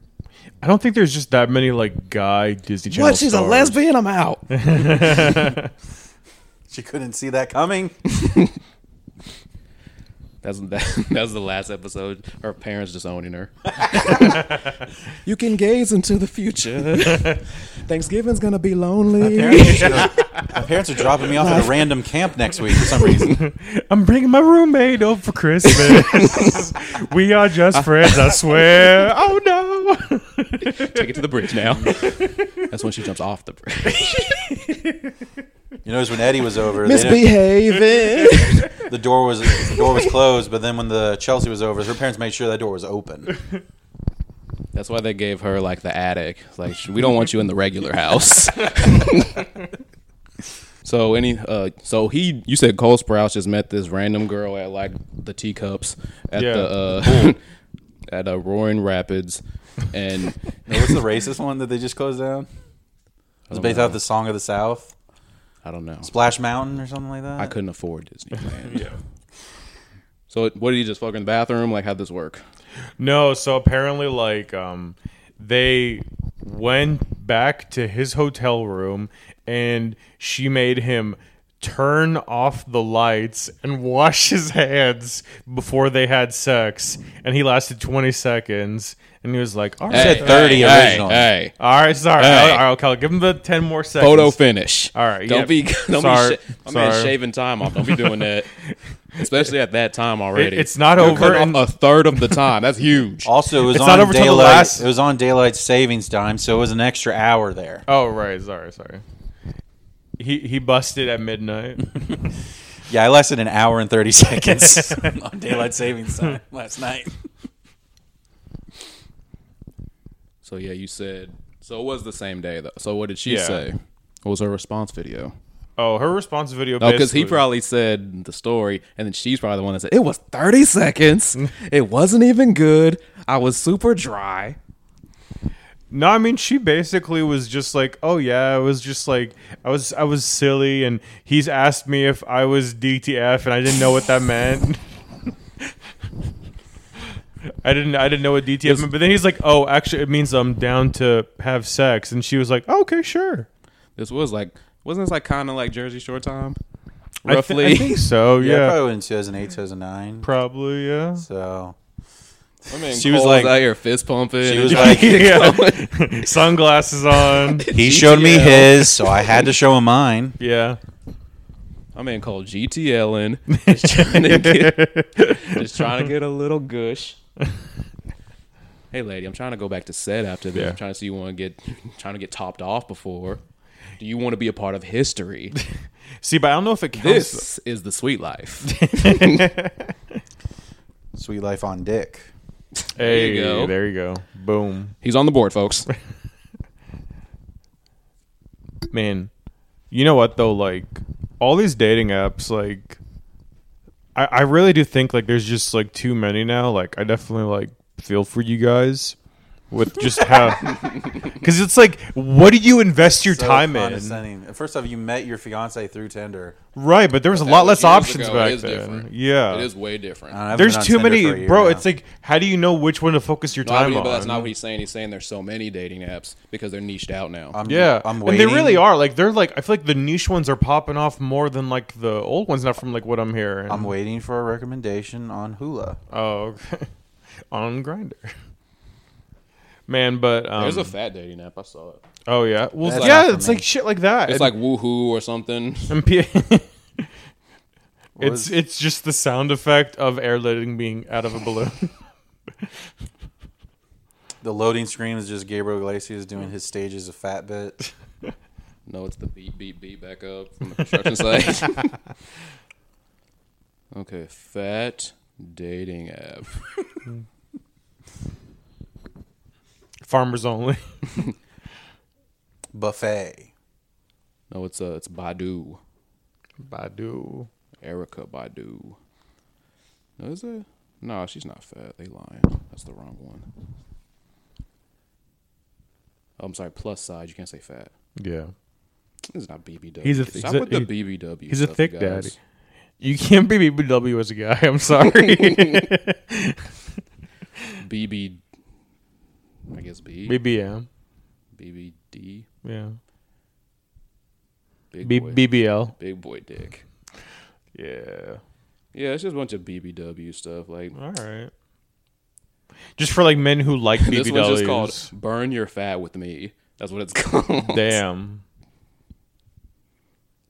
S3: I don't think there's just that many like guy Disney Channel. stars.
S1: I'm out.
S4: She couldn't see that coming.
S1: That's that, that was the last episode. Her parents disowning her. you can gaze into the future. Thanksgiving's gonna be lonely.
S4: My parents are dropping me off at a random camp next week for some reason.
S3: I'm bringing my roommate over for Christmas. we are just friends, I swear. Oh no.
S1: Take it to the bridge now. That's when she jumps off the bridge.
S4: You notice when Eddie was over, they didn't-
S1: Misbehaving.
S4: the door was the door was closed. But then when the Chelsea was over, her parents made sure that door was open.
S1: That's why they gave her like the attic. It's Like we don't want you in the regular house. so any uh so he you said Cole Sprouse just met this random girl at like the teacups at
S3: Yeah.
S1: the uh at uh, Roaring Rapids and
S4: What's the racist one that they just closed down? It's based off the song of the South,
S1: I don't know.
S4: Splash Mountain or something like that.
S1: I couldn't afford Disneyland.
S2: Yeah.
S1: so it, what did you just fuck in the bathroom? Like how'd this work?
S3: No, so apparently, like, um, they went back to his hotel room, and she made him turn off the lights and wash his hands before they had sex, and he lasted twenty seconds, and he was like, "All right,
S4: said 30
S1: Hey,
S4: originally.
S1: hey.
S3: all right, sorry,
S1: Hey.
S3: all right, okay, I'll give him the ten more seconds."
S1: photo finish.
S3: All right,
S1: don't
S3: yep.
S1: be don't
S3: Sorry,
S1: be sh- my man
S3: sorry.
S1: shaving time off. Don't be doing that, especially at that time already.
S3: It- it's not
S1: You're
S3: over
S1: cutting
S3: and-
S1: off a third of the time. That's huge.
S4: Also, it was
S3: It's
S4: on
S3: not over till
S4: daylight.
S3: the last-
S4: It was on daylight savings time, so it was an extra hour there.
S3: Oh right, sorry, sorry. He he busted at midnight.
S4: Yeah, I lasted an hour and thirty seconds on daylight savings time last night.
S1: So yeah, you said so. It was the same day though. So what did she
S3: Yeah.
S1: say? What was her response video?
S3: Oh, her response video.
S1: Oh, because he
S3: basically-
S1: probably said the story, and then she's probably the one that said it was thirty seconds. it wasn't even good. I was super dry.
S3: No, I mean she basically was just like, "Oh yeah, I was just like I was I was silly and he's asked me if I was DTF and I didn't know what that meant." I didn't I didn't know what DTF meant, but then he's like, "Oh, actually it means I'm down to have sex." And she was like, "Okay, sure."
S1: This was like wasn't this like kind of like Jersey Shore time,
S3: I thi-
S1: roughly.
S3: I think so, yeah.
S4: Yeah,
S3: probably.
S4: probably in two thousand eight, two thousand nine.
S3: yeah.
S4: So
S1: I mean,
S4: She was
S1: Cole
S4: like-
S1: out here fist pumping.
S4: she
S1: and
S4: was
S1: just-
S4: like,
S3: yeah. Sunglasses on.
S4: he showed me
S1: GTL.
S4: his, so I had to show him mine.
S3: Yeah.
S1: My man called GTLing. Just trying to get, just trying to get a little gush. hey, lady, I'm trying to go back to set after this.
S3: Yeah.
S1: I'm trying to see you want to get trying to get topped off before. Do you want to be a part of history?
S3: See, but I don't know if it counts.
S1: This is the sweet life.
S4: Sweet life on dick.
S3: there
S1: you go.
S3: There you go. Boom.
S1: He's on the board, folks.
S3: man you know what though like all these dating apps like I, I really do think like there's just like too many now like i definitely like feel for you guys with just how because it's like what do you invest your
S4: So
S3: time in
S4: condescending. First off, you met your fiance through Tinder.
S3: right but there was a lot less
S1: Years
S3: options
S1: ago, it
S3: back
S1: is
S3: then
S1: different.
S3: yeah
S1: It is way different.
S4: I don't know, I've been
S3: there's
S4: on
S3: too
S4: Tinder for a
S3: many
S4: year
S3: bro
S4: now.
S3: it's like how do you know which one to focus your
S1: No, I
S3: time
S1: mean,
S3: on
S1: but that's not what he's saying. He's saying there's so many dating apps because they're niched out now.
S4: I'm,
S3: yeah,
S4: I'm
S3: and
S4: waiting.
S3: they really are like they're like I feel like the niche ones are popping off more than like the old ones. Not from like what I'm hearing.
S4: I'm waiting for a recommendation on Hula.
S3: Oh, okay. on Grinder. Man, but um,
S1: there's a fat dating app. I saw it.
S3: oh yeah, well
S4: That's not
S3: yeah,
S4: for
S3: it's
S4: me.
S3: like shit like that.
S1: It's
S3: And-
S1: like woohoo or something.
S3: and P- it's
S4: is-
S3: it's just the sound effect of airlifting being out of a balloon.
S4: The loading screen is just Gabriel Iglesias doing his stages of fat bit.
S1: No, it's the beep beep beep back up from the construction site. okay, fat dating app.
S3: Farmers only.
S4: Buffet.
S1: No, it's uh, it's Badu,
S3: Badu.
S1: Erica Badu. No, is it? No, she's not fat. They lying. That's the wrong one. Oh, I'm sorry. Plus size. You can't say fat.
S3: Yeah,
S1: This is not BBW.
S3: He's a th-
S1: Stop
S3: he's a-
S1: with the
S3: he-
S1: BBW.
S3: he's a
S1: stuff, you
S3: thick
S1: guys.
S3: daddy. You can't be BBW as a guy. I'm sorry.
S1: BB. I guess B.
S3: BBM.
S1: BBD.
S3: Yeah.
S1: Big
S3: B-
S1: boy.
S3: BBL.
S1: Big boy dick.
S3: Yeah.
S1: Yeah, it's just a bunch of BBW stuff. Like
S3: All right. Just for like men who like BBWs.
S1: this one's just called "Burn Your Fat with Me." That's what it's called.
S3: Damn.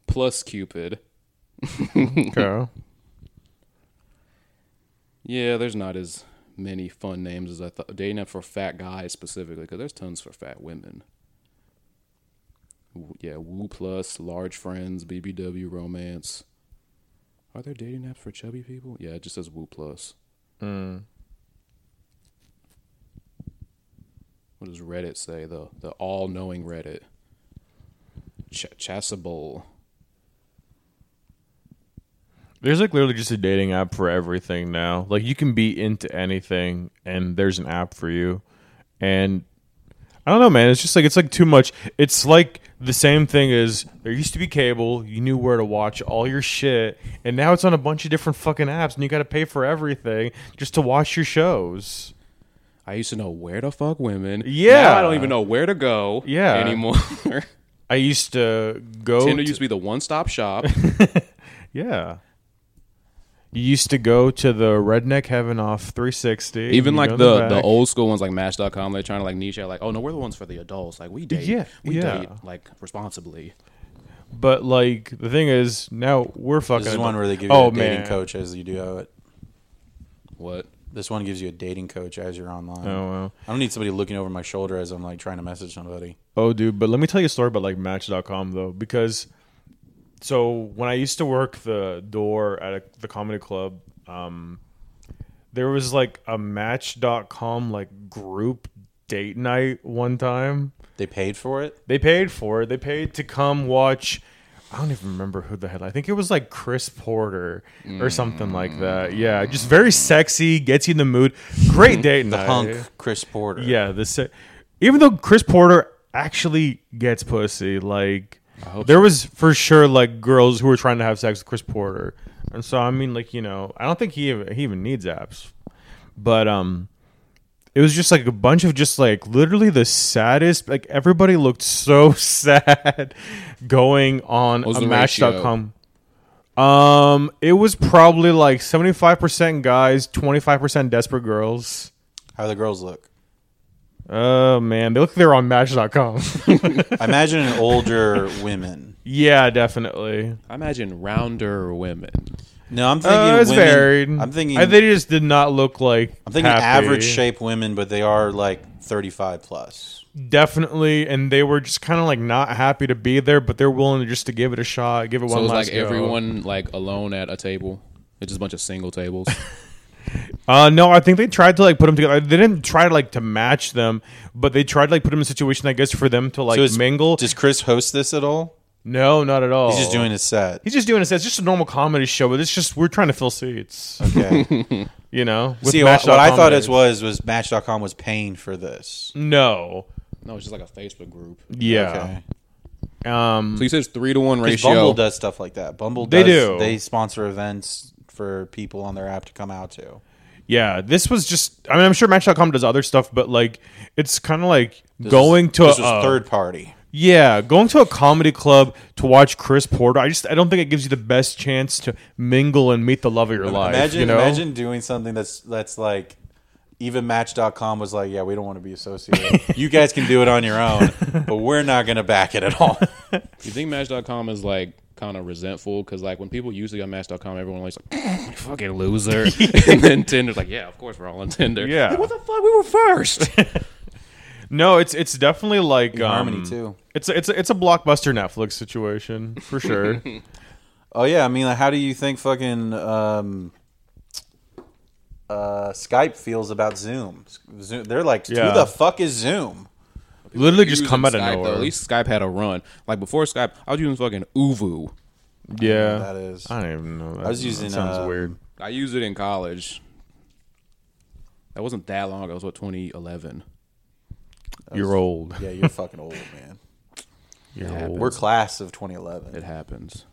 S1: Plus Cupid.
S3: Okay.
S1: Yeah, there's not as many fun names as I thought. Dating app for fat guys specifically, because there's tons for fat women. W- Yeah, Woo Plus, Large Friends, BBW Romance. Are there dating apps for chubby people? Yeah,
S3: Hmm.
S1: it just says Woo Plus. what does Reddit say? The the all knowing Reddit. Ch- Chasuble.
S3: There's like literally just a dating app for everything now. Like you can be into anything and there's an app for you. And I don't know, man. It's just like it's like too much. It's like the same thing as there used to be cable, you knew where to watch all your shit, and now it's on a bunch of different fucking apps and you got to pay for everything just to watch your shows.
S1: I used to know where to fuck women.
S3: Yeah.
S1: Now I don't even know where to go.
S3: Yeah.
S1: Anymore.
S3: I used to go
S1: Tinder
S3: to-
S1: used to be the one stop shop.
S3: Yeah. You used to go to the Redneck Heaven off 360.
S1: Even
S3: you
S1: like
S3: go in
S1: the, the
S3: back.
S1: old school ones like Match.com, they're trying to like niche out like, oh no, we're the ones for the adults. Like we date,
S3: Yeah,
S1: we
S3: yeah.
S1: date like responsibly.
S3: But like the thing is, now we're fucking.
S4: This is one where they
S3: oh,
S4: give you a dating coach as you do it.
S1: What?
S4: This one gives you a dating coach as you're online.
S3: Oh wow.
S4: I don't need somebody looking over my shoulder as I'm like trying to message somebody.
S3: Oh dude, but let me tell you a story about like Match.com though, because so when I used to work the door at a, the comedy club, um, there was like a Match.com like group date night one time.
S4: They paid for it.
S3: They paid for it. They paid to come watch. I don't even remember who the hell. I think it was like Chris Porter or something like that. Yeah, just very sexy, gets you in the mood. Great date
S4: The
S3: night.
S4: hunk Chris Porter.
S3: Yeah, the se- even though Chris Porter actually gets pussy, like there was for sure like girls who were trying to have sex with Chris Porter, and so I mean like you know I don't think he even, he even needs apps, but um it was just like a bunch of just like literally the saddest like everybody looked so sad going on
S1: was
S3: a
S1: the
S3: match.com um it was probably like 75% guys 25% desperate girls
S4: How the girls look.
S3: oh man they look like they're on match.com
S4: I imagine an older women.
S3: yeah definitely
S1: I imagine rounder women.
S4: No, I'm thinking
S3: uh, it's
S4: women-
S3: varied
S4: I'm thinking.
S3: I, they just did not look like
S4: I'm thinking
S3: happy.
S4: average shape women, but they are like 35 plus.
S3: definitely and they were just kind of like not happy to be there but they're willing to just to give it a shot give it
S1: So
S3: one
S1: it's
S3: last
S1: like
S3: go.
S1: everyone like alone at a table. It's just a bunch of single tables.
S3: Uh, no, I think they tried to like put them together. They didn't try to like to match them, but they tried to like put them in a situation, I guess, for them to like
S4: So is-
S3: mingle. Oh.
S4: Does Chris host this at all?
S3: no, not at all.
S4: He's just doing his set.
S3: He's just doing it. It's just a normal comedy show, but it's just we're trying to fill seats.
S4: Okay.
S3: You know. with
S4: See, what, what I
S3: Match.com
S4: thought it
S3: dates.
S4: was was Match.com was paying for this.
S3: No.
S1: no, it's just like a Facebook group.
S3: Mm. Yeah. Um.
S1: So he says three to one
S4: Because
S1: ratio.
S4: Bumble does stuff like that. Bumble
S3: They
S4: does,
S3: do.
S4: They sponsor events for people on their app to come out to.
S3: Yeah. This was just. I mean, I'm sure Match.com does other stuff, but like, it's kind of like going to
S4: this was
S3: a
S4: third party.
S3: Yeah, going to a comedy club to watch Chris Porter, I just I don't think it gives you the best chance to mingle and meet the love of your life.
S4: imagine
S3: you know?
S4: imagine doing something that's that's like even match.com was like, yeah, we don't want to be associated. you guys can do it on your own, but we're not going to back it at
S3: Um,
S4: all.
S1: You think Match.com is like kind of resentful because like when people usually on Match.com, everyone likes like "Mm, fucking loser, and then Tinder's like, yeah, of course we're all on Tinder.
S3: Yeah.
S1: Like, what the fuck? We were first.
S3: No, it's it's definitely like um,
S4: Harmony too.
S3: It's a, it's a, it's a blockbuster Netflix situation for sure.
S4: Oh yeah, I mean, like, how do you think fucking um, uh, Skype feels about Zoom? Zoom? They're like,
S3: Yeah.
S4: who the fuck is Zoom?
S3: Literally just come out
S1: Using
S3: of
S1: Skype, though.
S3: nowhere.
S1: At least Skype had a run. Like before Skype, I was using fucking Uvu.
S3: yeah,
S4: That is.
S3: I don't even know. That.
S4: was using,
S3: that sounds
S4: uh,
S3: weird.
S1: I used it in college. That wasn't that long ago. It was what 2011.
S3: You're old.
S4: Yeah, you're fucking old, man.
S3: You're
S1: Yeah.
S3: old.
S4: We're class of
S1: It
S4: 2011.
S1: happens.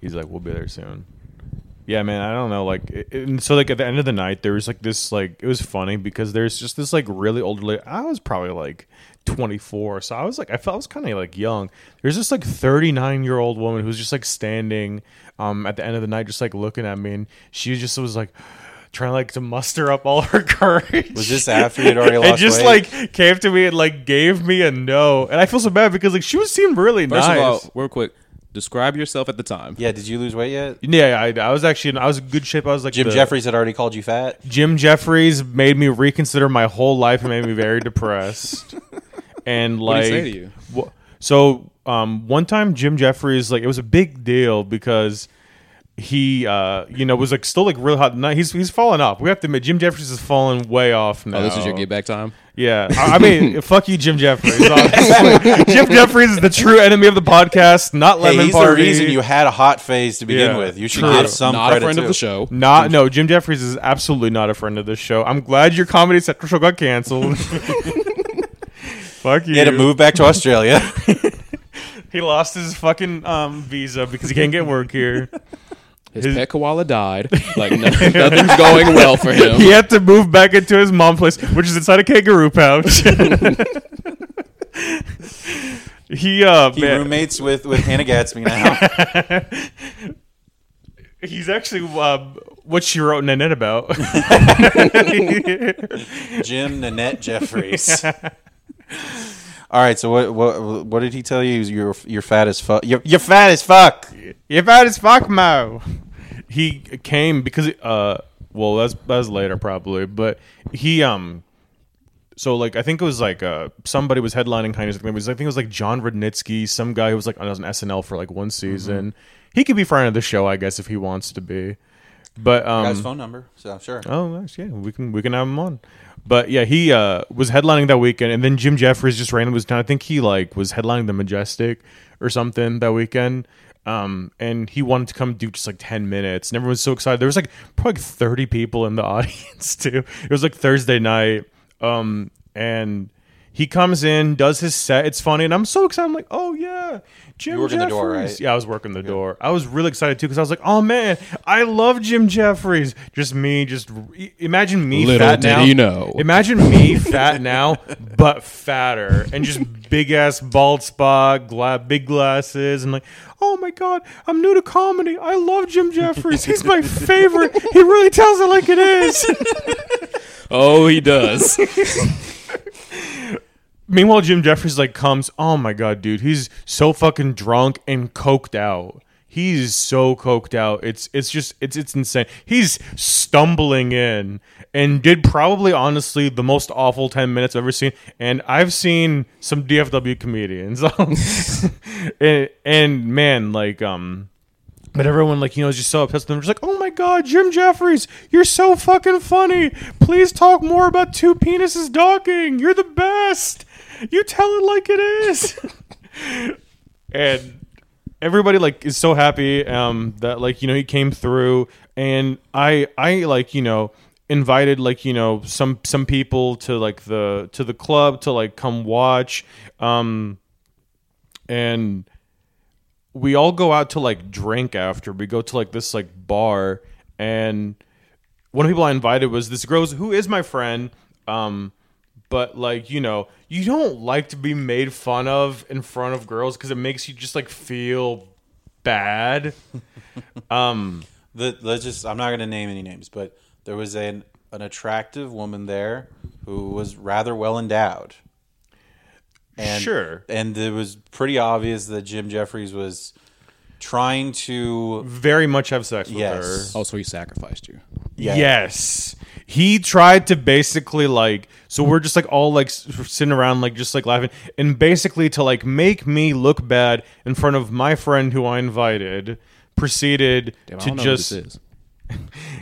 S3: He's like, we'll be there soon. Yeah, man, I don't know. Like, it, it- and so like at the end of the night, there was like this like it was funny because there's just this like really old. la- I was probably like 24, so I was like I felt I was kind of like young. There's this like 39 year old woman who's just like standing um at the end of the night, just like looking at me, and she just was like trying like to muster up all her courage.
S4: Was this after you'd already lost
S3: and just
S4: weight?
S3: like came to me and like gave me a no, and I feel so bad because like she was seemed really
S1: First
S3: nice.
S1: of all, real quick, describe yourself at the time.
S4: yeah, did you lose weight yet?
S3: yeah, I, I was actually in, I was in good shape. I was like
S4: Jim
S3: the-
S4: Jeffries had already called you fat.
S3: Jim Jeffries made me reconsider my whole life and made me very depressed. And like,
S1: did he say to you?
S3: wh- so um, one time Jim Jeffries like it was a big deal because he uh you know was like still like real hot. Now he's he's fallen off. We have to admit Jim Jeffries has fallen way off now.
S6: Oh, this is your get back time.
S3: Yeah, I, I mean, fuck you, Jim Jeffries. obviously. Jim Jeffries is the true enemy of the podcast. Not
S4: Hey,
S3: Lemon
S4: he's
S3: Party.
S4: the reason you had a hot phase to begin
S3: Yeah.
S4: with. You should
S3: True.
S4: give some
S6: Not a
S4: credit
S6: friend
S4: to
S6: of
S4: it.
S6: the show.
S3: Not no, Jim Jeffries is absolutely not a friend of this show. I'm glad your Comedy Central show got canceled. Fuck you.
S4: He had to move back to Australia.
S3: He lost his fucking um, visa because he can't get work here.
S6: His, pet koala died. Like no, nothing's going well for him.
S3: he had to move back into his mom's place, which is inside a kangaroo pouch. he uh
S4: he
S3: man,
S4: roommates with with Hannah Gadsby now.
S3: he's actually um, what she wrote Nanette about.
S4: Jim Nanette Jeffries. All right, so what what what did he tell you? You're you're fat as fuck. You're, you're fat as fuck.
S3: If I just fuck Mo. He came because uh well that's that's later probably, but he um so like I think it was like uh somebody was headlining kind of something. It was- I think it was like John Rudnitsky, some guy who was like on was on SNL for like one season. He could be friend of the show, I guess, if he wants to be. But um
S4: Got his phone number, so I'm sure.
S3: Oh, nice. Yeah, we can we can have him on. But yeah, he uh, was headlining that weekend, and then Jim Jeffries just randomly was down. I think he like was headlining the Majestic or something that weekend. Um, and he wanted to come do just like ten minutes, and everyone was so excited. There was like probably thirty people in the audience too. It was like Thursday night. Um, and he comes in, does his set. It's funny, and I'm so excited. I'm like, oh yeah, Jim
S4: You work in the
S3: Jeffries.
S4: door, right?
S3: Yeah, I was working the door. I was really excited too because I was like, "Oh man, I love Jim Jeffries." Just me, just re- imagine me
S6: Little
S3: fat
S6: did
S3: now.
S6: you know.
S3: Imagine me fat now, but fatter, and just big ass bald spot, gla- big glasses, and like, "Oh my god, I'm new to comedy. I love Jim Jeffries. He's my favorite. He really tells it like it is."
S6: Oh, he does.
S3: Meanwhile, Jim Jeffries like comes. Oh my god, dude, he's so fucking drunk and coked out. He's so coked out. It's it's just it's it's insane. He's stumbling in and did probably honestly the most awful ten minutes I've ever seen. And I've seen some DFW comedians. and and man, like um, but everyone, like, you know, is just so obsessed with them. Just like, oh my God, Jim Jeffries, you're so fucking funny. Please talk more about two penises docking. You're the best. You tell it like it is. and everybody, like, is so happy um, that, like, you know, he came through. And I, I, like, you know, invited like you know some some people to like the to the club to like come watch um and we all go out to like drink after. We go to like this like bar, and one of the people I invited was this girl who is my friend. Um, but like you know, you don't like to be made fun of in front of girls because it makes you just like feel bad.
S4: The, let's just I'm not going to name any names, but there was an an attractive woman there who was rather well endowed. And,
S3: Sure.
S4: And it was pretty obvious that Jim Jeffries was trying to
S3: Very much have sex with her.
S1: Oh,
S4: yes.
S6: Also, he sacrificed you.
S4: Yeah.
S3: Yes. He tried to basically like so we're just like all like s- sitting around like just like laughing and basically to like make me look bad in front of my friend who I invited proceeded
S6: Damn, I
S3: to
S6: don't know
S3: just
S6: who this is.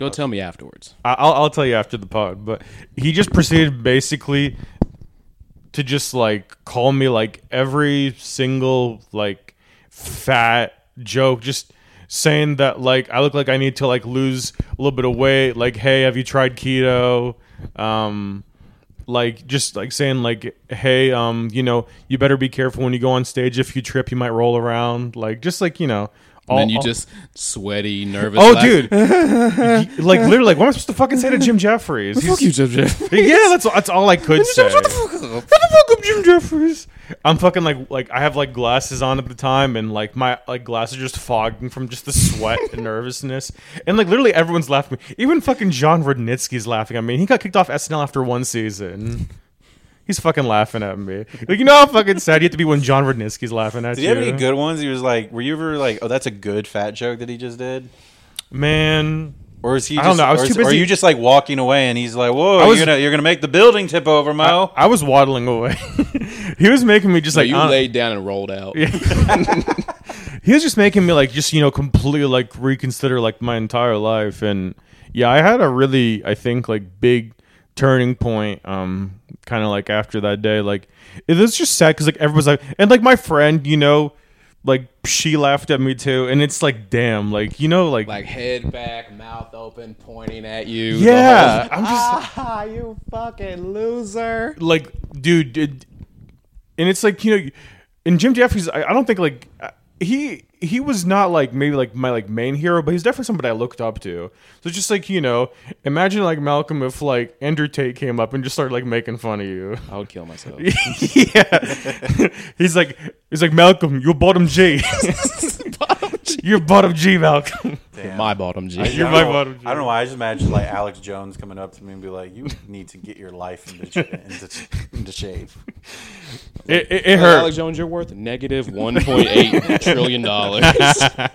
S6: Go tell me afterwards.
S3: I- I'll, I'll tell you after the pod, but he just proceeded basically to just like call me like every single like fat joke, just saying that like I look like I need to like lose a little bit of weight. Like, hey, have you tried keto? Um, like just like saying like hey um you know you better be careful when you go on stage if you trip you might roll around like just like you know all,
S6: And then you
S3: all-
S6: just sweaty, nervous.
S3: oh
S6: laugh.
S3: dude You- like literally like what am i supposed to fucking say to jim jeffries He's-
S5: Fuck you, Jim Jeffries.
S3: yeah, that's that's all I could say. Shut the fuck up. Jim Jeffries. I'm fucking like like I have like glasses on at the time, and like my like glasses are just fogging from just the sweat and nervousness, and like literally everyone's laughing. at me. Even fucking John Rudnitsky's laughing at me. He got kicked off SNL after one season. He's fucking laughing at me. Like you know how fucking sad you have to be when John Rudnitsky's laughing at
S4: Did he
S3: you.
S4: have any good ones? He was like, were you ever like, oh, that's a good fat joke that he just did?
S3: Man,
S4: Or is he?
S3: I
S4: Just,
S3: don't know, I was
S4: or, is-
S3: too
S4: or are
S3: busy-
S4: you just like walking away, and he's like, "Whoa,
S3: I was-
S4: you're gonna you're gonna make the building tip over, Mo."
S3: I was waddling away. he was making me just
S6: So
S3: like
S6: you
S3: uh,
S6: laid down and rolled out.
S3: he was just making me like just you know completely like reconsider like my entire life and yeah i had a really i think like big turning point um kind of like after that day like it was just sad because like everyone's like and like my friend you know like she laughed at me too and it's like damn like you know like,
S6: Like head back, mouth open, pointing at you. the
S1: oh,
S3: yeah i'm
S1: ah.
S3: just
S6: whole- Ah, you fucking loser.
S3: like dude it, and it's like you know and jim jeffries i, I don't think like uh, he he was not like maybe like my like main hero but he's definitely somebody i looked up to so just like you know imagine like malcolm if like ender tate came up and just started like making fun of you
S1: Oh.
S6: I would kill myself.
S3: yeah he's like he's like malcolm you're bottom g you're bottom g malcolm
S6: My bottom G.
S3: You're
S6: I,
S4: I don't
S3: my
S4: know-
S3: bottom
S4: I don't know why. I just imagine like Alex Jones coming up to me and be like, "You need to get your life into into, into shape."
S3: it, it, it hurt
S6: Alex Jones, you're worth negative one point eight trillion dollars.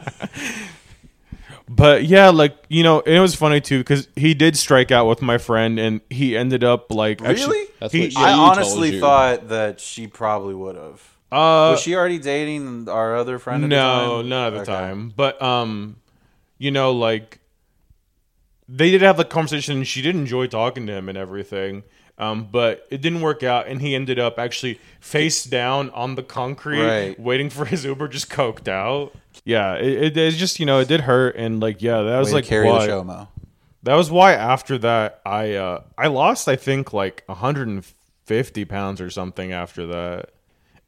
S3: But yeah, like you know, and it was funny too because he did strike out with my friend, and he ended up like
S4: Really?
S3: actually,
S6: That's
S3: he,
S6: what
S4: I
S6: you
S4: honestly
S6: told you.
S4: thought that she probably would have.
S3: uh,
S4: was she already dating our other friend? At the
S3: no,
S4: time?
S3: not at the
S4: Okay.
S3: time. But um, you know, like they did have the conversation. and She did enjoy talking to him and everything. Um, but it didn't work out, and he ended up actually face down on the concrete,
S4: Right.
S3: waiting for his Uber, just coked out. Yeah, it, it, it's just you know it did hurt, and like yeah, that was
S4: Way to
S3: like
S4: carry
S3: why-
S4: the show, Mo.
S3: That was why after that I uh I lost I think like 150 pounds or something after that.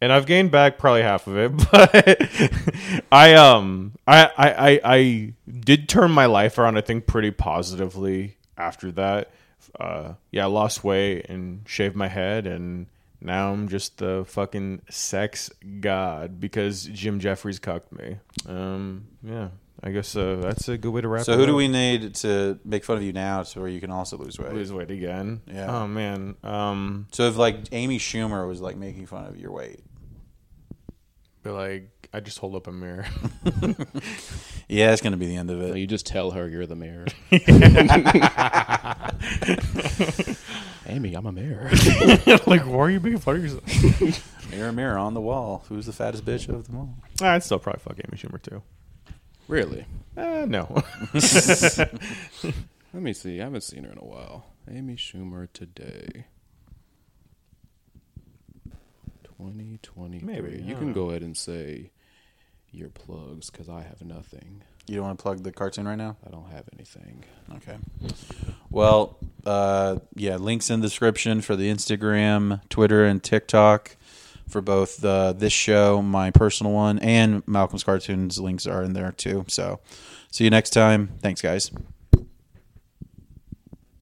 S3: And I've gained back probably half of it, but I um I, I I I did turn my life around I think pretty positively after that. Uh yeah, I lost weight and shaved my head and now I'm just the fucking sex god because Jim Jeffries cucked me. Um yeah. I guess uh, that's a good way to wrap
S4: So
S3: it
S4: who do
S3: up
S4: we need to make fun of you now, so where you can also lose weight?
S3: lose weight again.
S4: Yeah.
S3: Oh man. Um.
S4: So if like Amy Schumer was like making fun of your weight,
S3: Be like, I just hold up a mirror.
S4: yeah, that's gonna be the end of it.
S6: You just tell her you're the mirror. Amy, I'm a mirror.
S3: like, why are you being funny? Yourself?
S4: Mirror, mirror on the wall, who's the fattest bitch of them all?
S3: I'd Ah, still probably fuck Amy Schumer too.
S6: Really?
S3: Uh, no.
S6: Let me see. I haven't seen her in a while. Amy Schumer today. 2023.
S3: Maybe, I
S6: You can go ahead and say your plugs because I have nothing.
S4: You don't want to plug the cartoon right now?
S6: I don't have anything.
S4: Okay. Well, uh, yeah, links in the description for the Instagram, Twitter, and TikTok for both the this show, my personal one, and Malcolm's cartoons. Links are in there too. So, see you next time. Thanks, guys.